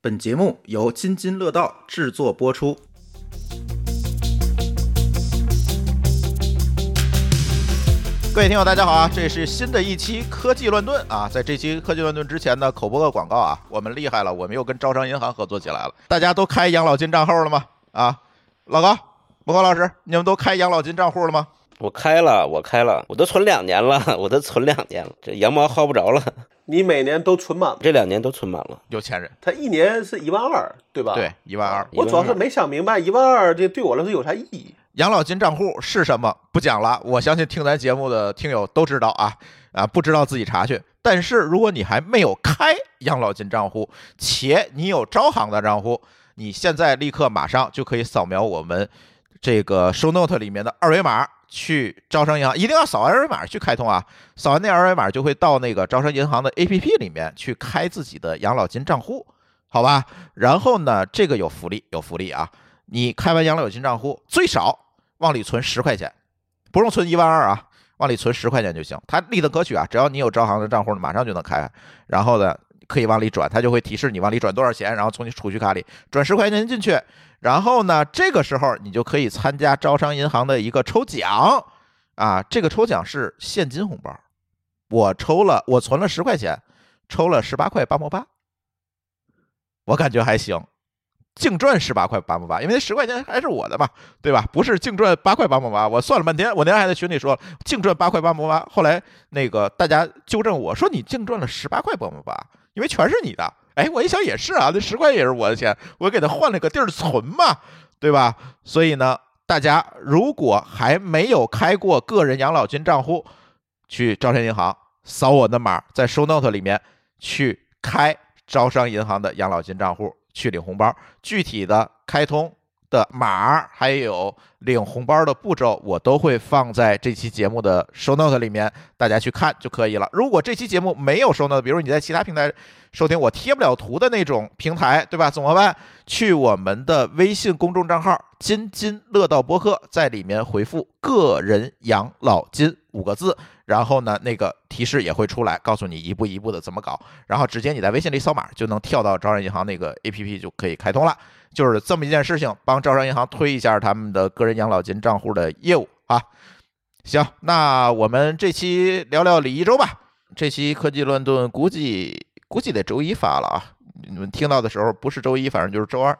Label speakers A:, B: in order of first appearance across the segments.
A: 本节目由津津乐道制作播出。各位听友，大家好啊！这是新的一期科技乱炖啊。在这期科技乱炖之前呢，口播个广告啊，我们厉害了，我们又跟招商银行合作起来了。大家都开养老金账户了吗？啊，老高、莫高老师，你们都开养老金账户了吗？
B: 我开了，我开了，我都存两年了， 我都存两年了，这羊毛薅不着了，
C: 你每年都存满吗？
B: 这两年都存满了。
A: 有钱人，
C: 他一年是一万二，对吧？
A: 对，，一万二。
C: 我主要是没想明白一万二这对我来说有啥意义。
A: 养老金账户是什么？不讲了，我相信听咱节目的听友都知道啊啊，不知道自己查去。但是如果你还没有开养老金账户，且你有招行的账户，你现在立刻马上就可以扫描我们这个 show note 里面的二维码去招商银行，一定要扫二维码去开通啊！扫完那二维码就会到那个招商银行的 APP 里面去开自己的养老金账户，好吧？然后呢，这个有福利，有福利啊！你开完养老金账户，最少往里存十块钱，不用存一万二啊，往里存十块钱就行。它立的可取啊，只要你有招行的账户，马上就能开。然后呢，可以往里转，它就会提示你往里转多少钱，然后从你储蓄卡里转十块钱进去。然后呢，这个时候你就可以参加招商银行的一个抽奖啊，这个抽奖是现金红包。我抽了，我存了十块钱，抽了十八块八毛八，我感觉还行，净赚十八块八毛八，因为那十块钱还是我的嘛，对吧？不是净赚八块八毛八，我算了半天，我那天还在群里说净赚八块八毛八，后来那个大家纠正我说你净赚了十八块八毛八，因为全是你的。哎，我一想也是啊，那十块也是我的钱，我给他换了个地儿存嘛，对吧？所以呢，大家如果还没有开过个人养老金账户，去招商银行扫我的码，在 show note 里面去开招商银行的养老金账户去领红包。具体的开通的码儿还有领红包的步骤，我都会放在这期节目的 show note 里面，大家去看就可以了。如果这期节目没有 show note，比如你在其他平台收听，我贴不了图的那种平台，对吧？怎么办？去我们的微信公众账号“津津乐道播客”，在里面回复“个人养老金”五个字。然后呢，那个提示也会出来，告诉你一步一步的怎么搞，然后直接你在微信里扫码就能跳到招商银行那个 APP 就可以开通了。就是这么一件事情，帮招商银行推一下他们的个人养老金账户的业务啊。行，那我们这期聊聊李一周吧。这期科技乱炖估计估计得周一发了啊，你们听到的时候不是周一，反正就是周二。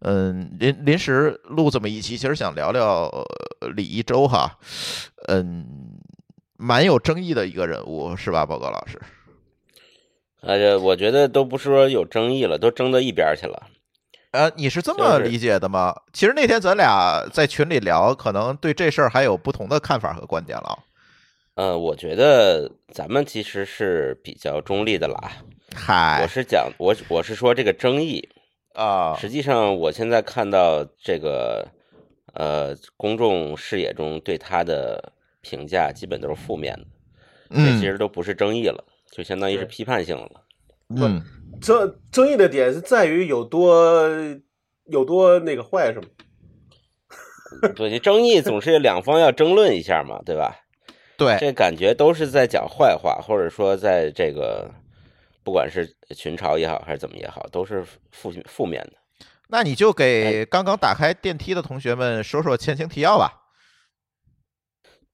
A: 嗯，临临时录这么一期，其实想聊聊呃李一周哈，嗯，蛮有争议的一个人物是吧，报告老师？
B: 呃，这我觉得都不是说有争议了，都争到一边儿去了。
A: 呃，你是这么
B: 就是
A: 理解的吗？其实那天咱俩在群里聊，可能对这事儿还有不同的看法和观点了。
B: 呃，我觉得咱们其实是比较中立的啦。我
A: 嗨
B: 是讲，我我是说这个争议，
A: 啊，
B: 实际上我现在看到这个呃公众视野中对他的评价，基本都是负面的，这其
A: 嗯
B: 实都不是争议了，就相当于是
C: 是
B: 批判性了。
A: 嗯，
C: 这争议的点是在于有多有多那个坏是吗？
B: 对，这争议总是两方要争论一下嘛，对吧？
A: 对，
B: 这感觉都是在讲坏话，或者说在这个，不管是群嘲也好，还是怎么也好，都是负负面的。
A: 那你就给刚刚打开电梯的同学们说说前情提要吧。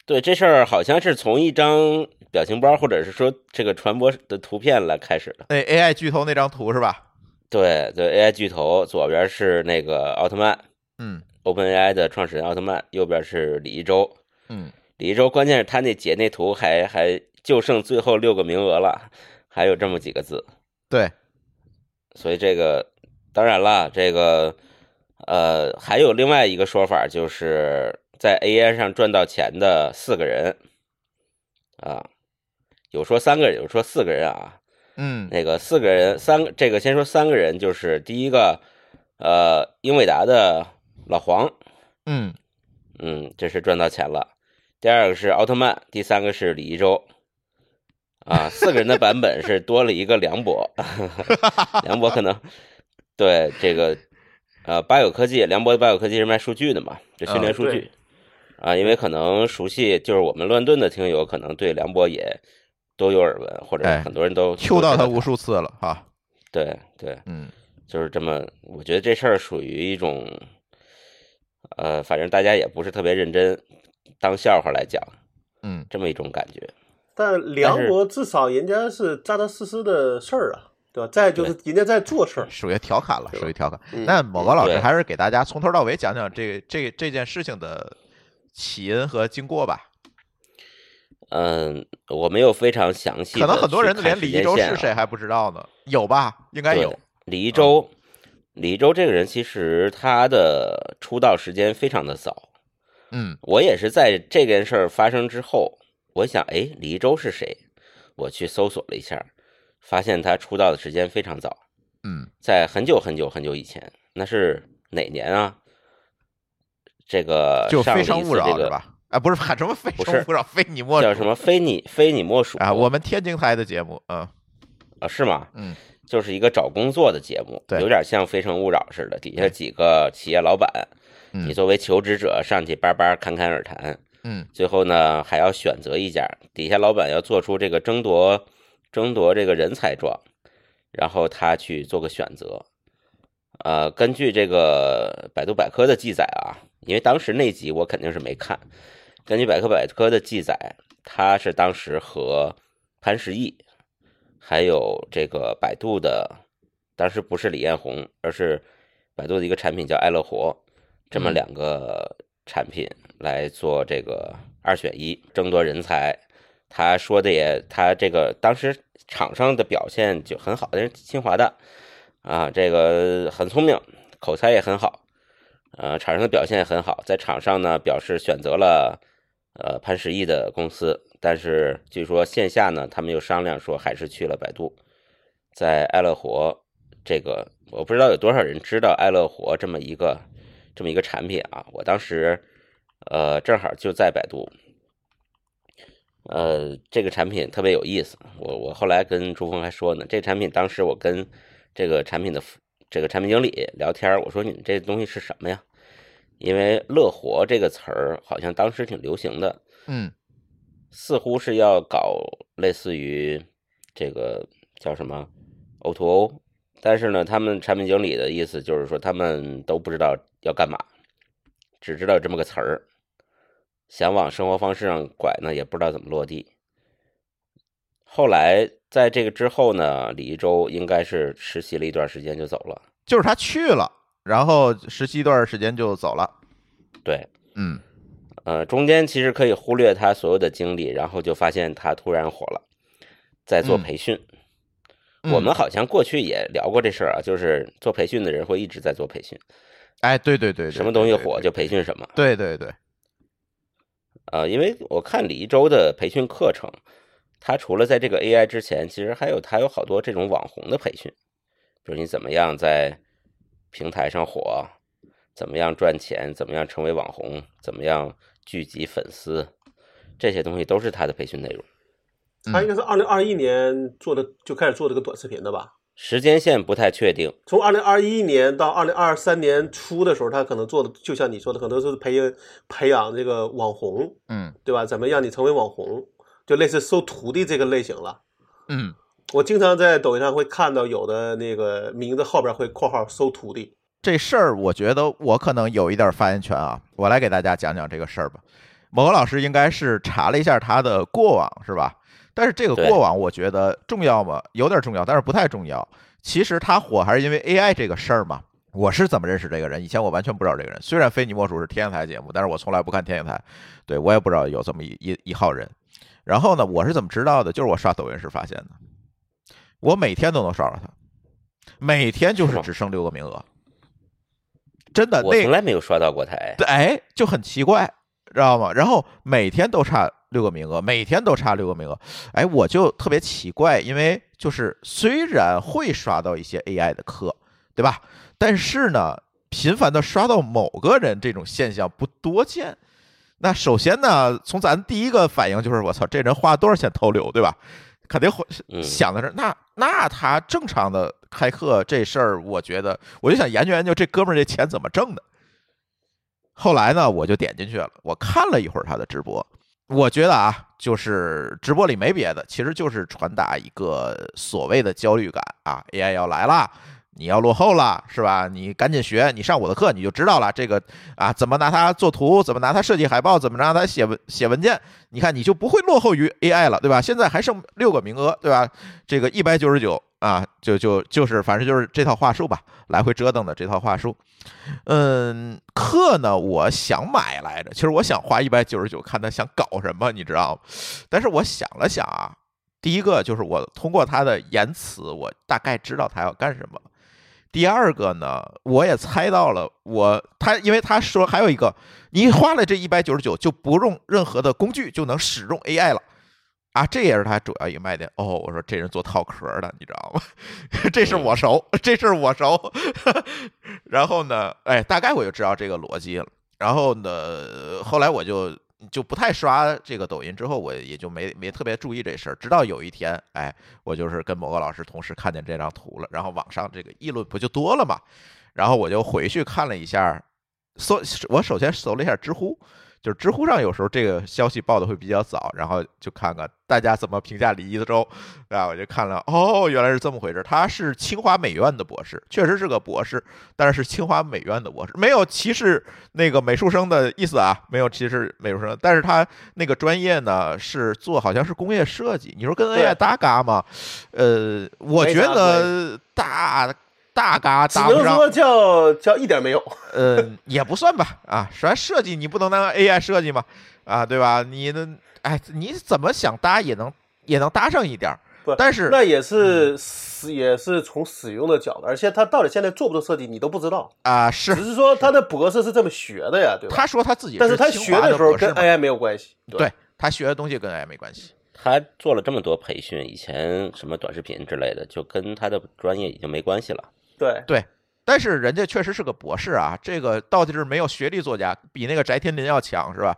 B: 对这事儿，好像是从一张表情包，或者是说这个传播的图片来开始的。
A: 那 AI 巨头那张图是吧？
B: 对对，AI 巨头左边是那个奥特曼
A: 嗯
B: ，OpenAI 的创始人奥特曼，右边是李一周。
A: 嗯，
B: 李一周，关键是他那截那图还还就剩最后六个名额了，还有这么几个字。
A: 对，
B: 所以这个当然了，这个呃，还有另外一个说法，就是在 AI 上赚到钱的四个人啊，有说三个人，有说四个人啊。
A: 嗯
B: 那个四个人，三个这个先说三个人，就是第一个呃，英伟达的老黄，
A: 嗯
B: 嗯，这是赚到钱了。第二个是奥特曼，第三个是李一周。啊，四个人的版本是多了一个梁博， 梁博可能对这个呃八友科技，梁博的八友科技是卖数据的嘛，就训练
C: 嗯
B: 数
C: 对
B: 据啊，因为可能熟悉就是我们乱炖的听友，可能对梁博也都有耳闻，或者
A: 哎
B: 很多人都都
A: ，Q 到
B: 知道
A: 他无数次了哈。
B: 对对，
A: 嗯
B: 就是这么，我觉得这事儿属于一种，呃，反正大家也不是特别认真，当笑话来讲，
A: 嗯，
B: 这么一种感觉。
C: 但梁博至少人家是扎扎实实的事儿啊，对吧？再就是人家在做事儿，
A: 属于调侃了，
C: 对吧
A: 属于调侃。
C: 嗯
A: 那某个老师
B: 对
A: 还是给大家从头到尾讲讲这这这件事情的起因和经过吧。
B: 嗯，我没有非常详细地去
A: 可
B: 看时间线啊，啊
A: 能很多人连李一舟是谁还不知道呢，有吧？应该
B: 对
A: 有。嗯
B: 李一舟，李一舟这个人其实他的出道时间非常的早，
A: 嗯
B: 我也是在这件事儿发生之后，我想，哎，李一舟是谁？我去搜索了一下，发现他出道的时间非常早，
A: 嗯
B: 在很久很久很久以前，那是哪年啊？这个
A: 就
B: 呃上
A: 非
B: 了一
A: 诚
B: 次
A: 勿扰
B: 这
A: 是
B: 个
A: 吧？ 啊，不是喊什么非
B: 不
A: 诚
B: 是
A: 勿扰，非你莫属
B: 叫什么“非你非你莫属”
A: 啊？我们天津台的节目，嗯
B: 啊是吗？
A: 嗯
B: 就是一个找工作的节目，
A: 对
B: 有点像《非诚勿扰》似的，底下
A: 对
B: 几个企业老板，
A: 嗯
B: 你作为求职者上去叭叭侃侃而谈，
A: 嗯
B: 最后呢还要选择一家，底下老板要做出这个争夺争夺这个人才状，然后他去做个选择。呃，根据这个百度百科的记载啊，因为当时那集我肯定是没看，根据百科百科的记载，他是当时和潘石屹，还有这个百度的，当时不是李彦宏，而是百度的一个产品叫爱乐活，这么
A: 嗯
B: 两个产品来做这个二选一，争夺人才。他说的也，他这个当时场上的表现就很好，但是清华的啊，这个很聪明，口才也很好，呃，场上的表现也很好，在场上呢表示选择了呃潘石屹的公司，但是据说线下呢他们又商量说还是去了百度，在爱乐活这个我不知道有多少人知道爱乐活这么一个这么一个产品啊，我当时呃正好就在百度。呃，这个产品特别有意思，我我后来跟朱峰还说呢，这产品当时我跟这个产品的服这个产品经理聊天儿，我说你们这东西是什么呀？因为“乐活”这个词儿好像当时挺流行的，
A: 嗯
B: 似乎是要搞类似于这个叫什么 O to O，但是呢，他们产品经理的意思就是说，他们都不知道要干嘛，只知道有这么个词儿，想往生活方式上拐呢，也不知道怎么落地。后来在这个之后呢，李一舟应该是实习了一段时间就走了。
A: 就是他去了，然后实习一段时间就走了。
B: 对，
A: 嗯
B: 呃，中间其实可以忽略他所有的经历，然后就发现他突然火了，在做
A: 嗯
B: 培训。
A: 嗯
B: 我们好像过去也聊过这事儿啊，就是做培训的人会一直在做培训，
A: 哎，对对对对，
B: 什么东西
A: 对
B: 火就培训什么。
A: 对对对，
B: 呃，因为我看李一舟的培训课程，他除了在这个 AI 之前，其实还有他有好多这种网红的培训，比如你怎么样在平台上火，怎么样赚钱，怎么样成为网红，怎么样聚集粉丝，这些东西都是他的培训内容。
C: 他应该是二零二一年做的，就开始做这个短视频的吧？
B: 时间线不太确定，
C: 从二零二一年到二零二三年初的时候，他可能做的就像你说的，可能是培养培养这个网红，
A: 嗯
C: 对吧？怎么让你成为网红，就类似收徒弟这个类型了。
A: 嗯，
C: 我经常在抖音上会看到有的那个名字后边会括号收徒弟，
A: 这事儿我觉得我可能有一点发言权啊，我来给大家讲讲这个事儿吧。某个老师应该是查了一下他的过往，是吧？但是这个
B: 对
A: 过往我觉得重要吗？有点重要，但是不太重要。其实他火还是因为 AI 这个事儿嘛。我是怎么认识这个人？以前我完全不知道这个人。虽然《非你莫属》是天津台节目，但是我从来不看天津台，对我也不知道有这么一一一号人。然后呢，我是怎么知道的？就是我刷抖音时发现的。我每天都能刷到他，每天就是是
B: 吗
A: 只剩六个名额，真的
B: 我
A: 呃那
B: 从来没有刷到过他。哎
A: 对哎，就很奇怪，知道吗？然后每天都差六个名额，每天都差六个名额，哎，我就特别奇怪，因为就是虽然会刷到一些 AI 的课，对吧？但是呢，频繁的刷到某个人这种现象不多见。那首先呢，从咱第一个反应就是我操，这人花多少钱偷流，对吧？肯定会
B: 嗯
A: 想的是，那那他正常的开课这事儿，我觉得我就想研究研究这哥们儿这钱怎么挣的。后来呢，我就点进去了，我看了一会儿他的直播，我觉得啊，就是直播里没别的，其实就是传达一个所谓的焦虑感啊，AI 要来啦，你要落后了，是吧？你赶紧学，你上我的课你就知道了。这个啊，怎么拿它做图，怎么拿它设计海报，怎么让它写文写文件，你看你就不会落后于 AI 了，对吧？现在还剩六个名额，对吧？这个一百九十九啊，就就就是反正就是这套话术吧，来回折腾的这套话术。嗯，课呢，我想买来着，其实我想花一百九十九看他想搞什么，你知道吗？但是我想了想啊，第一个就是我通过他的言辞，我大概知道他要干什么。第二个呢，我也猜到了我，他因为他说还有一个，你花了这一百九十九就不用任何的工具就能使用 AI 了。啊，这也是他主要一个卖点哦。我说这人做套壳的，你知道吗？ 这事儿我熟，这事儿我熟。 然后呢，哎，大概我就知道这个逻辑了。然后呢，后来我就就不太刷这个抖音，之后我也就没没特别注意这事儿。直到有一天，哎，我就是跟某个老师同时看见这张图了，然后网上这个议论不就多了嘛，然后我就回去看了一下，搜我首先搜了一下知乎。就是知乎上有时候这个消息报的会比较早，然后就看看大家怎么评价李一舟，啊，我就看了，哦，原来是这么回事。他是清华美院的博士，确实是个博士，但是是清华美院的博士，没有歧视那个美术生的意思啊，没有歧视美术生。但是他那个专业呢是做好像是工业设计，你说跟 AI
C: 对
A: 搭嘎吗？呃，我
C: 没
A: 觉
C: 啥
A: 得大大嘎
C: 只
A: 搭不
C: 能
A: 上。
C: 说叫叫一点没有。
A: 呃，也不算吧，啊，首先设计你不能当 AI 设计嘛，啊，对吧？你呢，哎，你怎么想搭也能也能搭上一点儿
C: 不，
A: 但是嗯
C: 那也是使也是从使用的角度，而且他到底现在做不做设计你都不知道，
A: 啊，是
C: 只是说他的博士是这么学的呀，对吧？
A: 他说他自己，
C: 但是他
A: 清
C: 学
A: 华的
C: 时候
A: 博士
C: 跟
A: 嘛
C: AI 没有关系，
A: 对他学的东西跟 AI 没关系，
B: 他做了这么多培训，以前什么短视频之类的，就跟他的专业已经没关系了。
C: 对，
A: 对。但是人家确实是个博士啊，这个到底是没有学历作家，比那个翟天临要强是吧？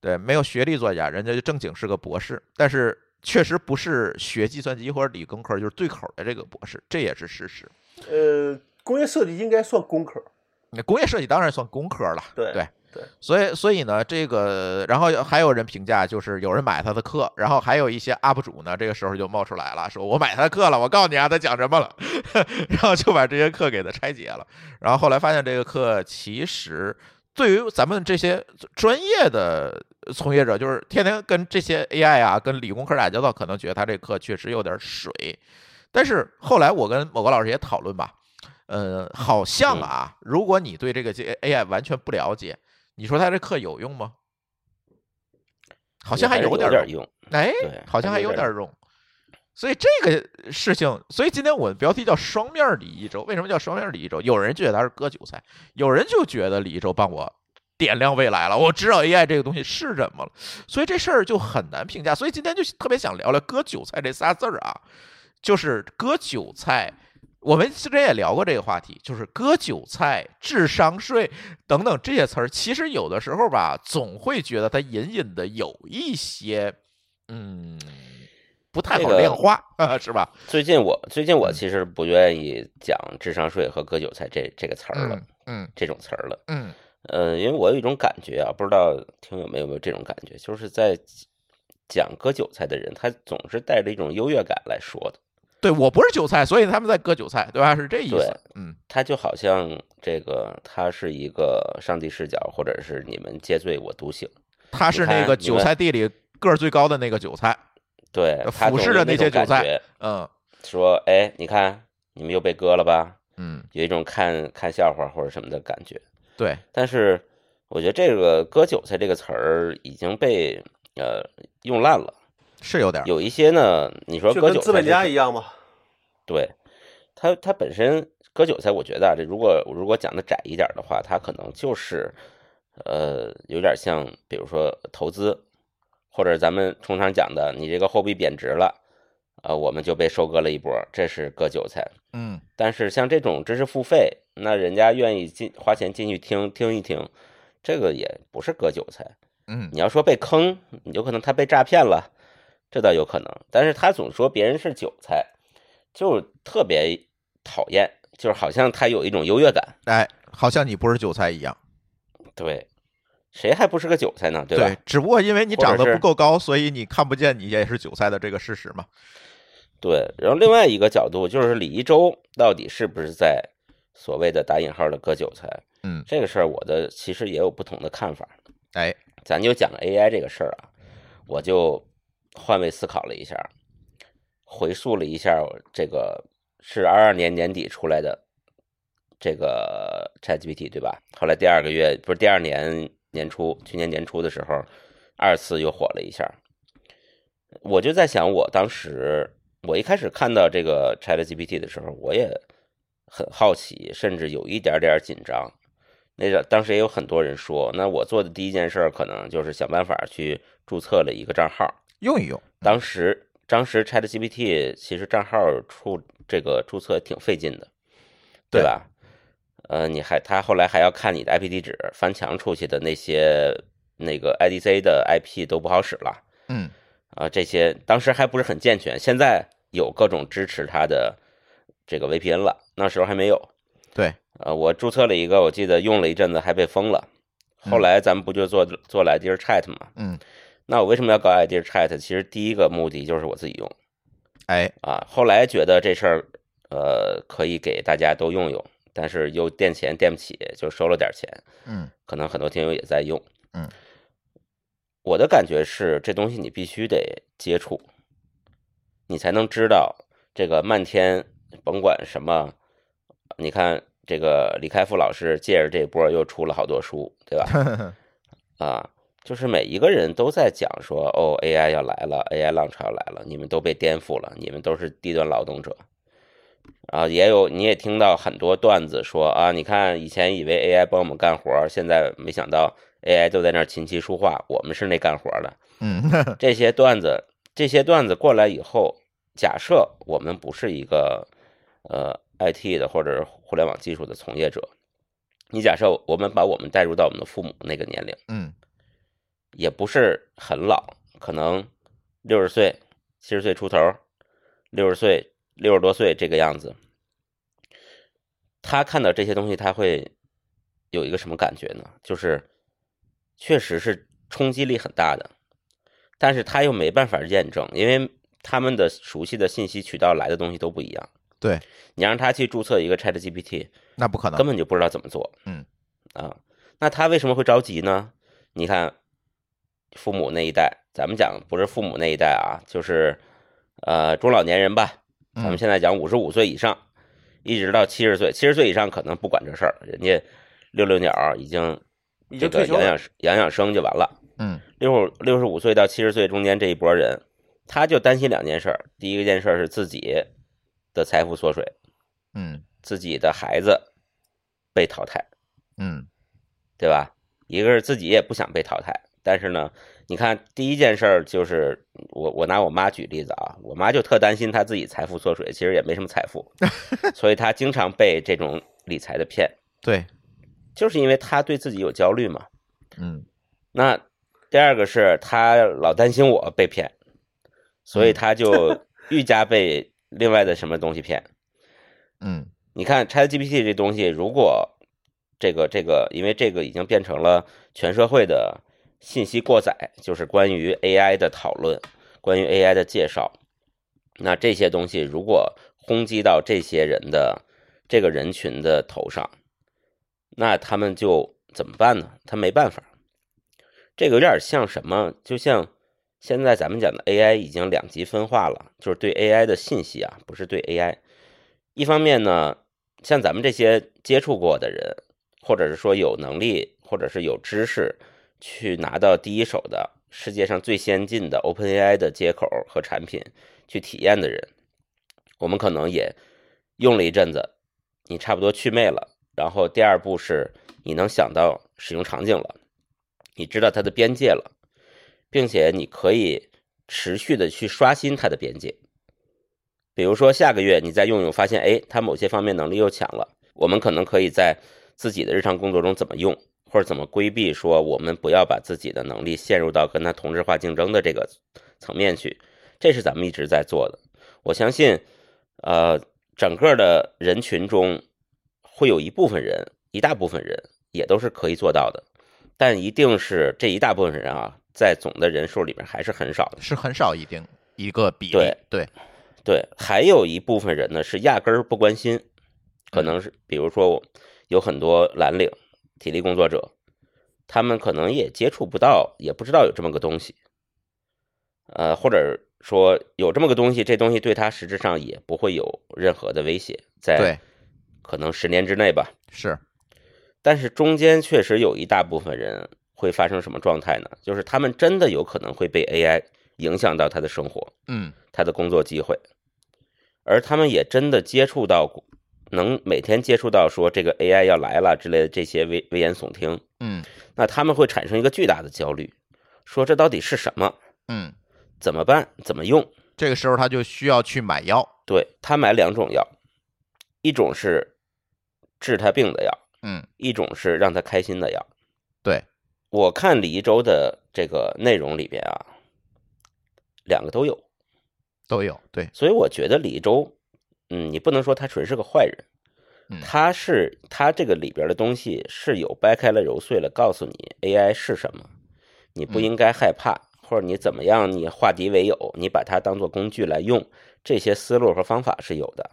A: 对，没有学历作家，人家就正经是个博士，但是确实不是学计算机或者理工科就是对口的这个博士，这也是事实。
C: 呃，工业设计应该算工科，
A: 那工业设计当然算工科了，
C: 对
A: 对
C: 对
A: 所以所以呢，这个然后还有人评价，就是有人买他的课，然后还有一些 UP 主呢，这个时候就冒出来了，说我买他的课了，我告诉你啊，他讲什么了， 然后就把这些课给他拆解了，然后后来发现这个课其实对于咱们这些专业的从业者，就是天天跟这些 AI 啊，跟理工科打交道，可能觉得他这课确实有点水，但是后来我跟某个老师也讨论吧，呃，好像啊，如果你对这个 J- AI 完全不了解，你说他这课有用吗？好像还
B: 有
A: 点
B: 点
A: 用，
B: 用，
A: 哎
B: 对，
A: 好像
B: 还
A: 还
B: 有
A: 有
B: 点
A: 点用。所以这个事情，所以今天我的标题叫“双面李一舟”。为什么叫双面李一舟？有人觉得他是割韭菜，有人就觉得李一舟帮我点亮未来了，我知道 AI 这个东西是什么了。所以这事儿就很难评价。所以今天就特别想聊聊“割韭菜”这仨字儿啊，就是割韭菜。我们之前也聊过这个话题，就是割韭菜、智商税等等这些词儿，其实有的时候吧，总会觉得它隐隐的有一些，嗯，不太
B: 这
A: 好
B: 个
A: 量化， 是吧？
B: 最近我最近
A: 嗯
B: 我其实不愿意讲智商税和割韭菜这这个词儿了，
A: 嗯嗯
B: 这种词儿了。
A: 嗯
B: 呃，因为我有一种感觉啊，不知道听友们有没有这种感觉，就是在讲割韭菜的人，他总是带着一种优越感来说的。
A: 对我不是韭菜，所以他们在割韭菜，对吧？是这意
B: 对
A: 思。嗯
B: 他就好像这个，他是一个上帝视角，或者是你们皆醉我独醒。
A: 他是那
B: 看
A: 个
B: 你
A: 韭
B: 们
A: 菜地里个儿最高的那个韭菜。
B: 对，他
A: 呃俯
B: 总
A: 视
B: 有
A: 着那
B: 种
A: 些韭
B: 感
A: 菜
B: 觉，
A: 嗯
B: 说：“哎，你看，你们又被割了吧？”
A: 嗯，
B: 有一种看看笑话或者什么的感觉。
A: 对，
B: 但是我觉得这个“割韭菜”这个词儿已经被呃用烂了。
A: 是有点儿。
B: 有一些呢，你说
C: 就
B: 割
C: 跟
B: 韭
C: 资
B: 菜
C: 本
B: 这
C: 家
B: 个，
C: 一样嘛。
B: 对，它它本身割韭菜，我觉得啊，这如果如果讲的窄一点儿的话，它可能就是呃有点像，比如说投资，或者咱们通常讲的，你这个货币贬值了，呃，我们就被收割了一波儿，这是割韭菜。
A: 嗯
B: 但是像这种知识付费，那人家愿意进花钱进去听听一听，这个也不是割韭菜。
A: 嗯
B: 你要说被坑，有可能他被诈骗了，这倒有可能。但是他总说别人是韭菜，就特别讨厌，就是好像他有一种优越感。
A: 哎，好像你不是韭菜一样。
B: 对，谁还不是个韭菜呢？对吧？
A: 对，只不过因为你
B: 或者
A: 长得
B: 是
A: 不够高，所以你看不见你也是韭菜的这个事实嘛。
B: 对，然后另外一个角度就是李一周到底是不是在所谓的打引号的割韭菜？
A: 嗯，
B: 这个事儿我的其实也有不同的看法。
A: 哎，
B: 咱就讲 AI 这个事儿啊，我就换位思考了一下，回溯了一下这个是二二年年底出来的这个 ChatGPT 对吧？后来第二个月不是第二年年初，去年年初的时候，二次又火了一下。我就在想，我当时我一开始看到这个 ChatGPT 的时候，我也很好奇，甚至有一点点紧张。那个当时也有很多人说，那我做的第一件事儿可能就是想办法去注册了一个账号。
A: 用一用，
B: 当时当时 ChatGPT 其实账号出这个注册挺费劲的，对
A: 对
B: 吧？呃，你还他后来还要看你的 IP 地址，翻墙出去的那些那个 IDC 的 IP 都不好使了。
A: 嗯，
B: 啊，这些当时还不是很健全，现在有各种支持它的这个 VPN 了，那时候还没有。
A: 对，
B: 呃，我注册了一个，我记得用了一阵子还被封了。后
A: 嗯
B: 来咱们不就做做了 Idea Chat 嘛？
A: 嗯，
B: 那我为什么要搞 Idea Chat？其实第一个目的就是我自己用
A: 哎，
B: 啊。后来觉得这事儿呃可以给大家都用用，但是又垫钱垫不起，就收了点钱。
A: 嗯
B: 可能很多听友也在用。
A: 嗯，
B: 我的感觉是，这东西你必须得接触，你才能知道这个漫天，甭管什么，你看这个李开复老师借着这波又出了好多书，对吧？啊，就是每一个人都在讲说，哦，AI 要来了，AI 浪潮要来了，你们都被颠覆了，你们都是低端劳动者。啊，也有你也听到很多段子说啊，你看以前以为 AI 帮我们干活儿，现在没想到 AI 都在那儿琴棋书画，我们是那干活儿的。
A: 嗯，
B: 这些段子，这些段子过来以后，假设我们不是一个呃 IT 的或者是互联网技术的从业者，你假设我们把我们带入到我们的父母那个年龄。
A: 嗯，
B: 也不是很老，可能六十岁、七十岁出头，六十岁、六十多岁这个样子。他看到这些东西，他会有一个什么感觉呢？就是确实是冲击力很大的，但是他又没办法验证，因为他们的熟悉的信息渠道来的东西都不一样。
A: 对，
B: 你让他去注册一个 Chat GPT，
A: 那不可能
B: 根，本就不知道怎么做。
A: 嗯，
B: 啊，那他为什么会着急呢？你看，父母那一代，咱们讲不是父母那一代啊，就是呃中老年人吧。咱们
A: 嗯
B: 现在讲五十五岁以上，一直到七十岁，七十岁以上可能不管这事儿，人家遛遛鸟儿已经
C: 已
B: 这个
C: 经退休
B: 养
C: 了
B: 养，养养生就完了。
A: 嗯
B: 六六十五岁到七十岁中间这一波人，他就担心两件事儿，第一件事儿是自己的财富缩水，
A: 嗯
B: 自己的孩子被淘汰。
A: 嗯
B: 对吧？一个是自己也不想被淘汰，但是呢，你看第一件事儿就是我我拿我妈举例子啊，我妈就特担心她自己财富缩水，其实也没什么财富，所以她经常被这种理财的骗，
A: 对，
B: 就是因为她对自己有焦虑嘛。
A: 嗯
B: 那第二个是她老担心我被骗，所以她就 愈加被另外的什么东西骗。
A: 嗯
B: 你看 ChatGPT 这东西，如果这个这个，因为这个已经变成了全社会的信息过载，就是关于 AI 的讨论，关于 AI 的介绍。那这些东西如果轰击到这些人的这个人群的头上，那他们就怎么办呢？他没办法。这个有点像什么？就像现在咱们讲的 AI 已经两极分化了，就是对 AI 的信息啊，不是对 AI。一方面呢，像咱们这些接触过的人，或者是说有能力，或者是有知识，去拿到第一手的世界上最先进的 OpenAI 的接口和产品去体验的人，我们可能也用了一阵子，你差不多祛魅了。然后第二步是你能想到使用场景了，你知道它的边界了，并且你可以持续的去刷新它的边界。比如说下个月你再用用，发现哎，它某些方面能力又强了，我们可能可以在自己的日常工作中怎么用，或者怎么规避，说我们不要把自己的能力陷入到跟它同质化竞争的这个层面去，这是咱们一直在做的。我相信，呃，整个的人群中会有一部分人，一大部分人也都是可以做到的，但一定是这一大部分人啊，在总的人数里面还是很少的。
A: 是很少一定一个比例
B: 对，
A: 对，
B: 对，还有一部分人呢是压根儿不关心，可能是比如说我有很多蓝领、体力工作者，他们可能也接触不到，也不知道有这么个东西，呃，或者说有这么个东西，这东西对他实质上也不会有任何的威胁，在
A: 对，
B: 可能十年之内吧。
A: 是，
B: 但是中间确实有一大部分人会发生什么状态呢？就是他们真的有可能会被 AI 影响到他的生活。
A: 嗯
B: 他的工作机会，而他们也真的接触到过，能每天接触到说这个 AI 要来了之类的这些危危言耸听，
A: 嗯
B: 那他们会产生一个巨大的焦虑，说这到底是什么？
A: 嗯，
B: 怎么办？怎么用？
A: 这个时候他就需要去买药，
B: 对他买两种药，一种是治他病的药，
A: 嗯
B: 一种是让他开心的药。
A: 对，
B: 我看李一周的这个内容里边啊，两个都有，
A: 都有，对，
B: 所以我觉得李一周，嗯，你不能说他纯是个坏人。
A: 嗯
B: 他是他这个里边的东西是有掰开了揉碎了告诉你 AI 是什么，你不
A: 嗯
B: 应该害怕，或者你怎么样，你化敌为友，你把它当做工具来用，这些思路和方法是有的。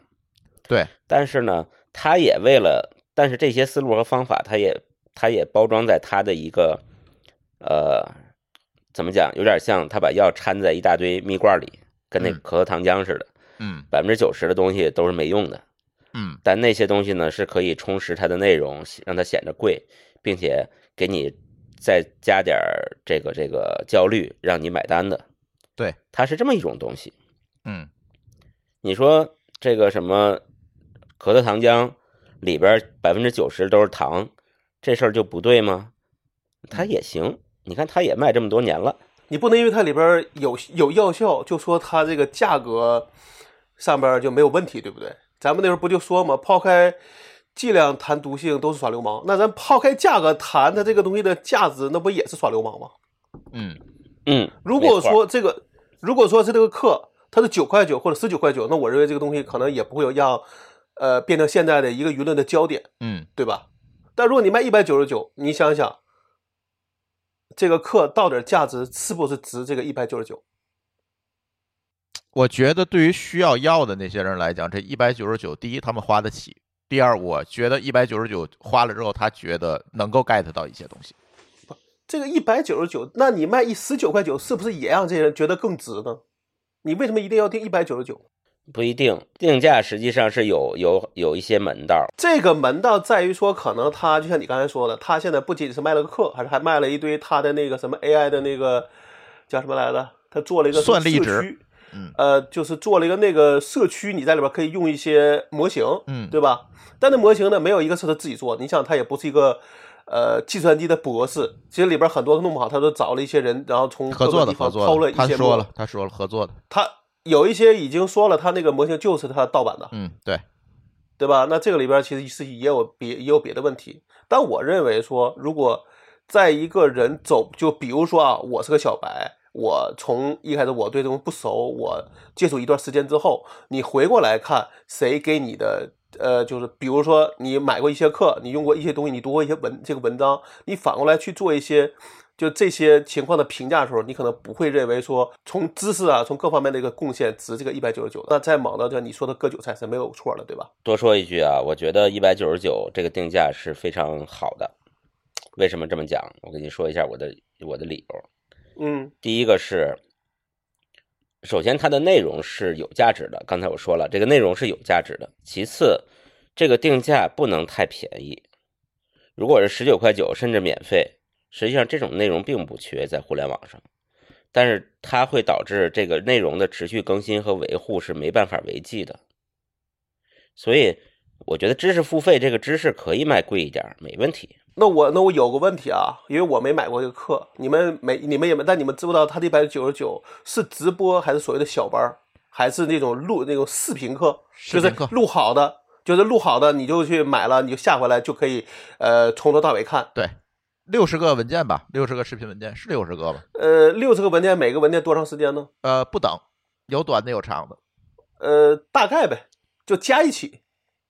A: 对，
B: 但是呢，他也为了，但是这些思路和方法，他也他也包装在他的一个，呃，怎么讲，有点像他把药掺在一大堆蜜罐里，跟那
A: 嗯
B: 可乐糖浆似的，
A: 嗯
B: 百分之九十的东西都是没用的。
A: 嗯
B: 但那些东西呢是可以充实它的内容，让它显得贵，并且给你再加点儿这个这个焦虑，让你买单的。
A: 对，
B: 它是这么一种东西。
A: 嗯
B: 你说这个什么可乐糖浆里边百分之九十都是糖，这事儿就不对吗？它也行，你看它也卖这么多年了，
C: 你不能因为它里边儿有有药效，就说它这个价格上边儿就没有问题，对不对？咱们那时候不就说嘛，抛开剂量谈毒性都是耍流氓，那咱抛开价格谈它这个东西的价值，那不也是耍流氓吗？
A: 嗯
B: 嗯，
C: 如果
B: 没错
C: 说这个，如果说是这个课它是九块九或者十九块九，那我认为这个东西可能也不会有让呃变成现在的一个舆论的焦点。
A: 嗯，
C: 对吧？但如果你卖一百九十九，你想想，这个课到底价值是不是值这个一百九十九？
A: 我觉得对于需要药的那些人来讲，这一百九十九，第一他们花得起，第二我觉得一百九十九花了之后，他觉得能够 get 到一些东西。
C: 这个一百九十九，那你卖一十九块九，是不是也让这些人觉得更值呢？你为什么一定要定一百九十九？
B: 不一定定价实际上是有有有一些门道儿，
C: 这个门道在于说，可能他就像你刚才说的，他现在不仅是卖了个课，还是还卖了一堆他的那个什么 AI 的那个叫什么来着？他做了一个
A: 算力
C: 社
A: 值
C: 区
A: 嗯
C: 呃，就是做了一个那个社区，你在里边可以用一些模型，
A: 嗯
C: 对吧？但那模型呢，没有一个是他自己做。你想，他也不是一个呃计算机的博士，其实里边很多弄不好，他都找了一些人，然后从
A: 合
C: 各
A: 作
C: 个
A: 的
C: 地
A: 合
C: 方
A: 作
C: 偷
A: 的，
C: 一
A: 他
C: 些
A: 说
C: 模
A: 了，，他说了合作的，
C: 他有一些已经说了，他那个模型就是他盗版的，
A: 嗯，对，
C: 对吧？那这个里边其实是也有别也有别的问题，但我认为说，如果在一个人走，就比如说啊，我是个小白，我从一开始我对这种不熟，我接触一段时间之后，你回过来看谁给你的。呃，就是比如说你买过一些课，你用过一些东西，你读过一些文这个文章，你反过来去做一些就这些情况的评价的时候，你可能不会认为说从知识啊，从各方面的一个贡献值这个一百九十九，那在莽的这你说的割韭菜是没有错的，对吧？
B: 多说一句啊，我觉得一百九十九这个定价是非常好的。为什么这么讲？我跟你说一下我的我的理由。
C: 嗯
B: 第一个是，首先它的内容是有价值的，刚才我说了，这个内容是有价值的。其次，这个定价不能太便宜。如果是十九块九甚至免费，实际上这种内容并不缺在互联网上，但是它会导致这个内容的持续更新和维护是没办法维系的。所以，我觉得知识付费这个知识可以卖贵一点儿，没问题。，
C: 那我那我有个问题啊，因为我没买过这个课，你们没你们也没，但你们知不知道他这一百九十九是直播还是所谓的小班儿，还是那种录那种视频课，
A: 视频课
C: 就是录好的，就是录好的你就去买了，你就下回来就可以呃从头到尾看。
A: 对，六十个文件吧，六十个视频文件是六十个吧？
C: 呃，六十个文件，每个文件多长时间呢？
A: 呃，不等，有短的有长的。
C: 呃，大概呗，就加一起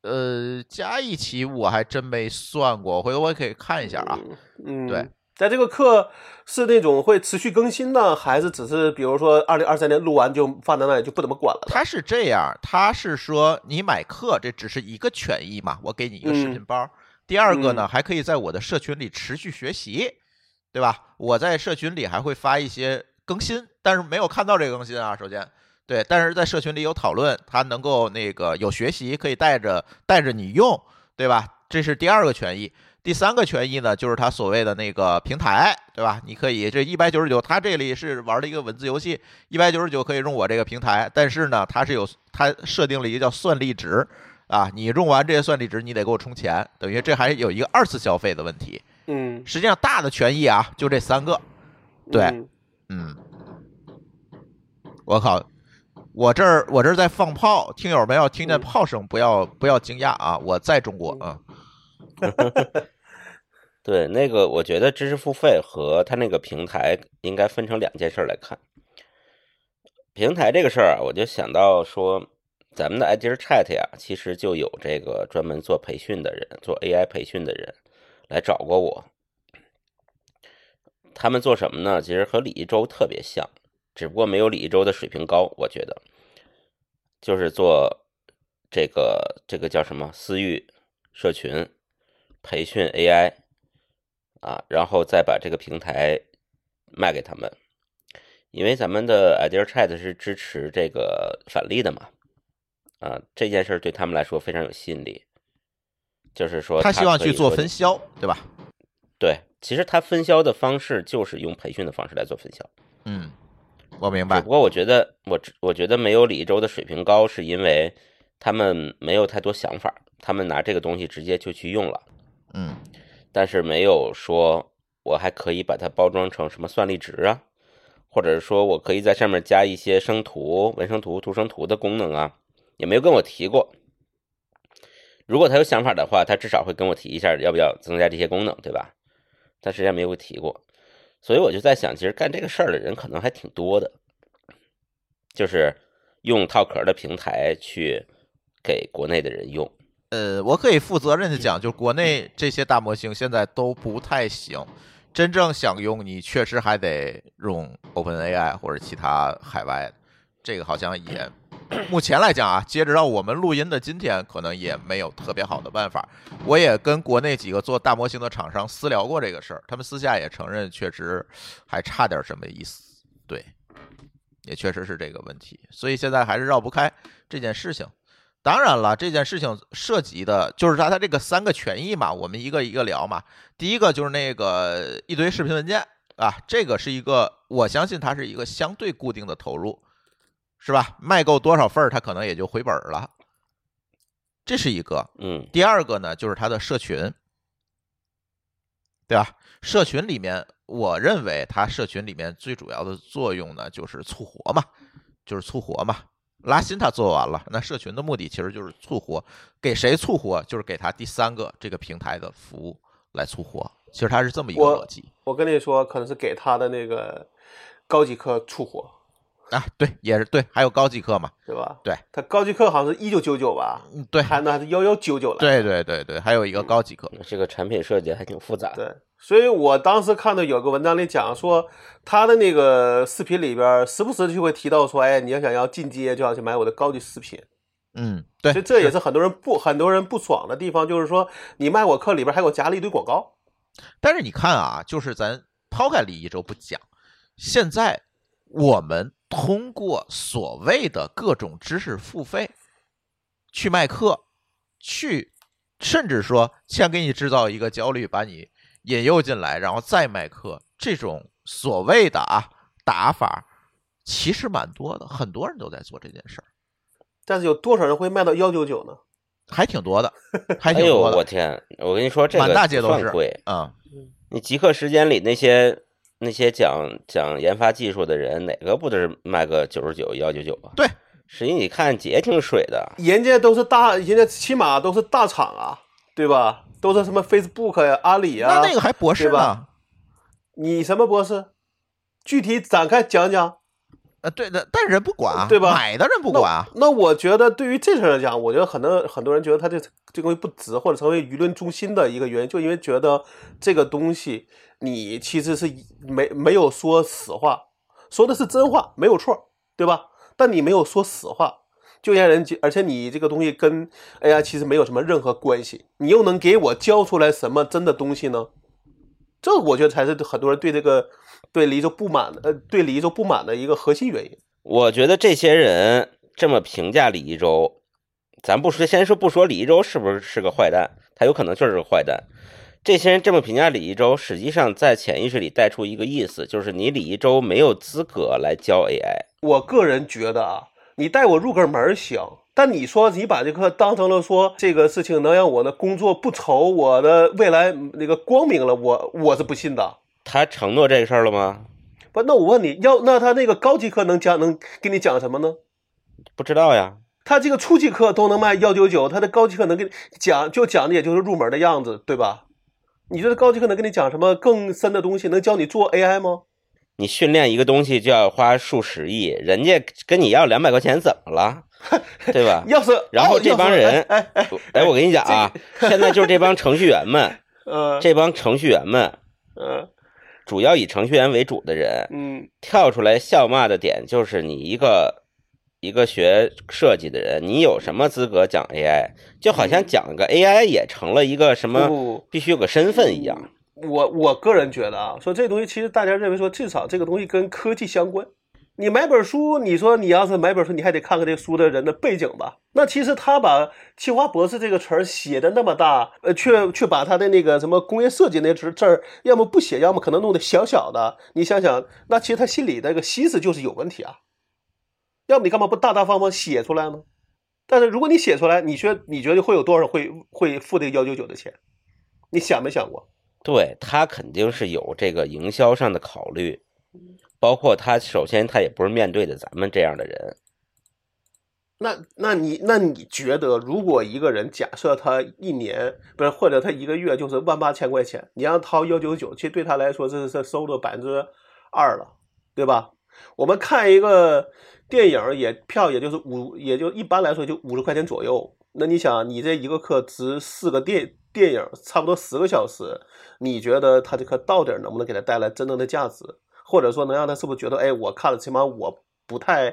A: 呃，加一起我还真没算过，回头我可以看一下啊。
C: 嗯，
A: 对，
C: 在这个课是那种会持续更新呢，还是只是比如说二零二三年录完就放在那里就不怎么管了呢？
A: 他是这样，他是说你买课这只是一个权益嘛，我给你一个
C: 嗯
A: 视频包。第二个呢，还可以在我的社群里持续学习，对吧？我在社群里还会发一些更新，但是没有看到这个更新啊。首先，对，但是在社群里有讨论，他能够那个有学习，可以带着带着你用，对吧？这是第二个权益。第三个权益呢，就是他所谓的那个平台，对吧？你可以这一百九十九，他这里是玩了一个文字游戏，一百九十九可以用我这个平台，但是呢，它是有它设定了一个叫算力值啊，你用完这些算力值，你得给我充钱，等于这还有一个二次消费的问题。
C: 嗯，
A: 实际上大的权益啊，就这三个。对
C: 嗯
A: 嗯，我靠，我这儿我这儿在放炮，听友们要听见
C: 嗯
A: 炮声，不要不要惊讶啊，我在中国啊。
B: 对，那个我觉得知识付费和它那个平台应该分成两件事儿来看。平台这个事儿啊，我就想到说，咱们的 i d e a Chat 呀、其实就有这个专门做培训的人，做 AI 培训的人来找过我。他们做什么呢？其实和李一舟特别像，只不过没有李一舟的水平高，我觉得，就是做这个这个叫什么私域社群培训 AI 啊，然后再把这个平台卖给他们，因为咱们的 Idea Chat 是支持这个返利的嘛，啊，这件事儿对他们来说非常有吸引力，就是说
A: 他希望
B: 可
A: 去
B: 以
A: 做
B: 说
A: 分
B: 你
A: 销，对吧？
B: 对，其实他分销的方式就是用培训的方式来做分销，
A: 嗯，我明
B: 只
A: 白
B: 不。过我觉得我只我觉得没有李一舟的水平高，是因为他们没有太多想法，他们拿这个东西直接就去用了，
A: 嗯
B: 但是没有说我还可以把它包装成什么算力值啊，或者是说我可以在上面加一些生图、文生图、图生图的功能啊，也没有跟我提过。如果他有想法的话，他至少会跟我提一下要不要增加这些功能，对吧？但实际上没有提过，所以我就在想，其实干这个事儿的人可能还挺多的，就是用套壳的平台去给国内的人用。
A: 呃，我可以负责任的讲，就国内这些大模型现在都不太行，真正想用你确实还得用 OpenAI 或者其他海外的，这个好像也目前来讲啊，截止到我们录音的今天，可能也没有特别好的办法。我也跟国内几个做大模型的厂商私聊过这个事儿，他们私下也承认，确实还差点什么意思。对，也确实是这个问题，所以现在还是绕不开这件事情。当然了，这件事情涉及的就是它它这个三个权益嘛，我们一个一个聊嘛。第一个就是那个一堆视频文件啊，这个是一个我相信它是一个相对固定的投入，是吧？卖够多少份儿，它可能也就回本儿了。这是一个，
B: 嗯，
A: 第二个呢，就是它的社群，对吧？社群里面，我认为它社群里面最主要的作用呢，就是促活嘛，就是促活嘛。拉新它做完了，那社群的目的其实就是促活，给谁促活？就是给他第三个这个平台的服务来促活。其实它是这么一个
C: 我
A: 逻辑
C: 我跟你说，可能是给他的那个高级课出火，
A: 啊，对，也是对，还有高级课嘛，
C: 对吧？
A: 对，
C: 他高级课好像是一九九九吧，
A: 嗯，对，
C: 还那还是幺幺九九了。
A: 对对对对，还有一个高级课，
B: 这个产品设计还挺复杂的。
C: 对，所以我当时看到有个文章里讲说，他的那个视频里边儿时不时就会提到说，哎，你要想要进阶，就要去买我的高级视频。
A: 嗯，对
C: 所以，这也是很多人不很多人不爽的地方，就是说你卖我课里边儿还给我夹了一堆广告。
A: 但是你看啊，就是咱抛开李一舟不讲，现在我们通过所谓的各种知识付费去卖课，去甚至说先给你制造一个焦虑，把你引诱进来，然后再卖课，这种所谓的啊打法，其实蛮多的，很多人都在做这件事儿，
C: 但是有多少人会卖到幺九九呢？
A: 还挺多 的，还
B: 哎
A: 挺
B: 呦，
A: 多的
B: 我，天！我跟你说，这个
A: 满大街
B: 不
A: 都
B: 算
A: 是
B: 贵。
A: 嗯，
B: 你极客时间里那些那些讲讲研发技术的人，哪个不得是卖个九十九、幺九九啊？
A: 对，
B: 实际你看也挺水的。
C: 人家都是大，人家起码都是大厂啊，对吧？都是什么 Facebook 呀、阿里呀、
A: 那那个还博士
C: 对
A: 呢
C: 吧。你什么博士？具体展开讲讲。
A: 呃，对的，但人不管啊，
C: 对吧
A: 买的人不管啊，
C: 那。那我觉得对于这事儿来讲，我觉得很多很多人觉得他这这东西不值，或者成为舆论中心的一个原因，就因为觉得这个东西你其实是没没有说实话，说的是真话，没有错，对吧？但你没有说实话，就让人觉，而且你这个东西跟 AI 其实没有什么任何关系，你又能给我教出来什么真的东西呢？这我觉得才是很多人对这个对黎州不满的，呃，对黎州不满的一个核心原因。
B: 我觉得这些人这么评价李一舟，咱不说，先说不说李一舟是不是是个坏蛋，他有可能就是个坏蛋。这些人这么评价李一舟，实际上在潜意识里带出一个意思，就是你李一舟没有资格来教 AI。
C: 我个人觉得啊，你带我入个门儿行，但你说你把这个当成了说这个事情能让我的工作不愁，我的未来那个光明了，我我是不信的。
B: 他承诺这个事儿了吗？
C: 不，那我问你要，那他那个高级课能讲能给你讲什么呢？
B: 不知道呀。
C: 他这个初级课都能卖幺九九，他的高级课能给你讲，就讲的也就是入门的样子，对吧？你觉得高级课能跟你讲什么更深的东西？能教你做 AI 吗？
B: 你训练一个东西就要花数十亿，人家跟你要两百块钱怎么了？对吧？
C: 要是
B: 然后这帮人，
C: 哦要是哎哎
B: 哎，我跟你讲啊， 现在就是这帮程序员 们，
C: 呃
B: 这帮程序员们
C: 呃
B: 主要以程序员为主的人，
C: 嗯
B: 跳出来笑骂的点就是你一个一个学设计的人，你有什么资格讲 AI？就好像讲个 AI 也成了一个什么
C: 嗯不
B: 必须有个身份一样。
C: 嗯我我个人觉得啊，说这东西其实大家认为说，至少这个东西跟科技相关。你买本书，你说你要是买本书，你还得看看这书的人的背景吧。那其实他把“清华博士”这个词儿写的那么大，呃，却却把他的那个什么工业设计那字字儿，要么不写，要么可能弄得小小的。你想想，那其实他心里那个心思就是有问题啊。要么你干嘛不大大方方写出来呢？但是如果你写出来，你觉你觉得会有多少人会会付这个幺九九的钱？你想没想过？
B: 对他肯定是有这个营销上的考虑，包括他首先他也不是面对的咱们这样的人，
C: 那那你那你觉得，如果一个人假设他一年不是或者他一个月就是万八千块钱，你让他掏幺九九，其实对他来说这是这收入百分之二了，对吧？我们看一个电影也票也就是五，也就一般来说就五十块钱左右。那你想，你这一个课值四个电电影，差不多十个小时，你觉得他这课到底能不能给他带来真正的价值？或者说能让他是不是觉得，哎，我看了起码我不太，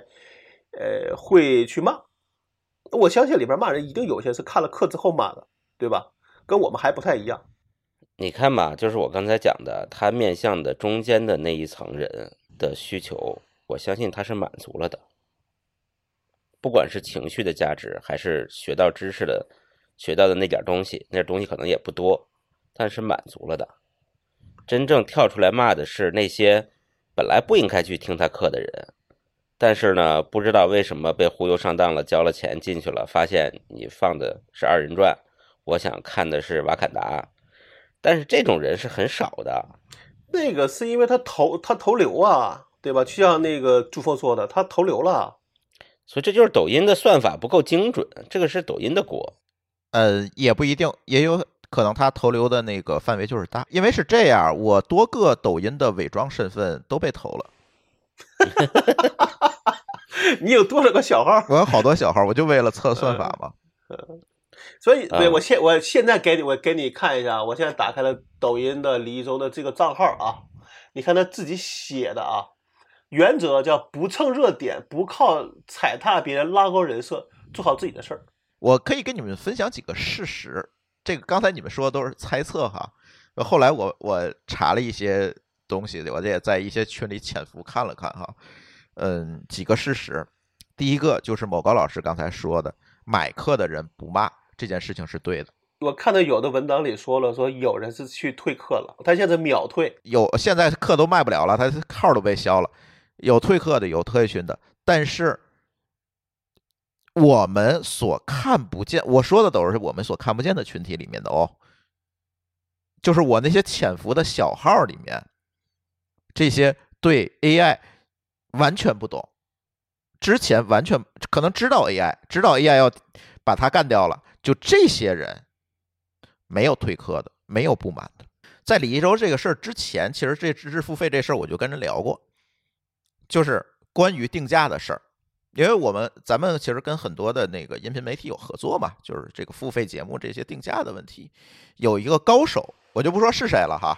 C: 呃，会去骂。我相信里边骂人一定有些是看了课之后骂的，对吧？跟我们还不太一样。
B: 你看吧，就是我刚才讲的，他面向的中间的那一层人的需求，我相信他是满足了的。不管是情绪的价值，还是学到知识的，学到的那点东西，那点东西可能也不多，但是满足了的。真正跳出来骂的是那些本来不应该去听他课的人，但是呢，不知道为什么被忽悠上当了，交了钱进去了，发现你放的是二人转，我想看的是瓦坎达，但是这种人是很少的。
C: 那个是因为他投他投流啊，对吧？就像那个朱峰说的，他投流了。
B: 所以这就是抖音的算法不够精准，这个是抖音的锅。
A: 呃，也不一定，也有可能他投流的那个范围就是大，因为是这样，我多个抖音的伪装身份都被投了，
C: 你有多少个小号？
A: 我有好多小号，我就为了测算法嘛。
C: 所以，对
B: 啊
C: 我现我现在给你我给你看一下，我现在打开了抖音的黎州的这个账号啊，你看他自己写的啊，原则叫不蹭热点，不靠踩踏别人拉高人设，做好自己的事儿。
A: 我可以跟你们分享几个事实，这个刚才你们说的都是猜测哈，后来我我查了一些东西，我这也在一些群里潜伏看了看哈，嗯，几个事实，第一个就是某高老师刚才说的，买课的人不骂这件事情是对的。
C: 我看到有的文章里说了，说有人是去退课了，他现在秒退。
A: 有现在课都卖不了了，他号都被消了，有退课的，有退群的，但是我们所看不见，我说的都是我们所看不见的群体里面的哦，就是我那些潜伏的小号里面，这些对 AI 完全不懂，之前完全可能知道 AI，知道 AI 要把它干掉了，就这些人没有退课的，没有不满的。在李一舟这个事儿之前，其实这知识付费这事儿我就跟人聊过，就是关于定价的事儿，因为我们咱们其实跟很多的那个音频媒体有合作嘛，就是这个付费节目这些定价的问题，有一个高手，我就不说是谁了哈，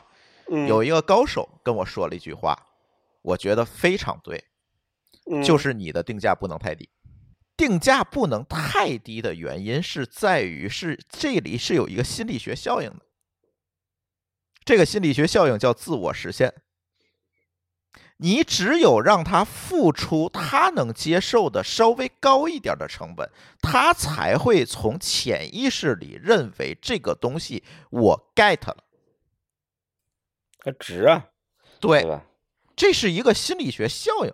C: 嗯，
A: 有一个高手跟我说了一句话，我觉得非常对，
C: 嗯
A: 就是你的定价不能太低。定价不能太低的原因是在于是这里是有一个心理学效应的，这个心理学效应叫自我实现。你只有让他付出他能接受的稍微高一点的成本，他才会从潜意识里认为这个东西我 get 了。
B: 它值啊，
A: 对
B: 对，吧？
A: 这是一个心理学效应。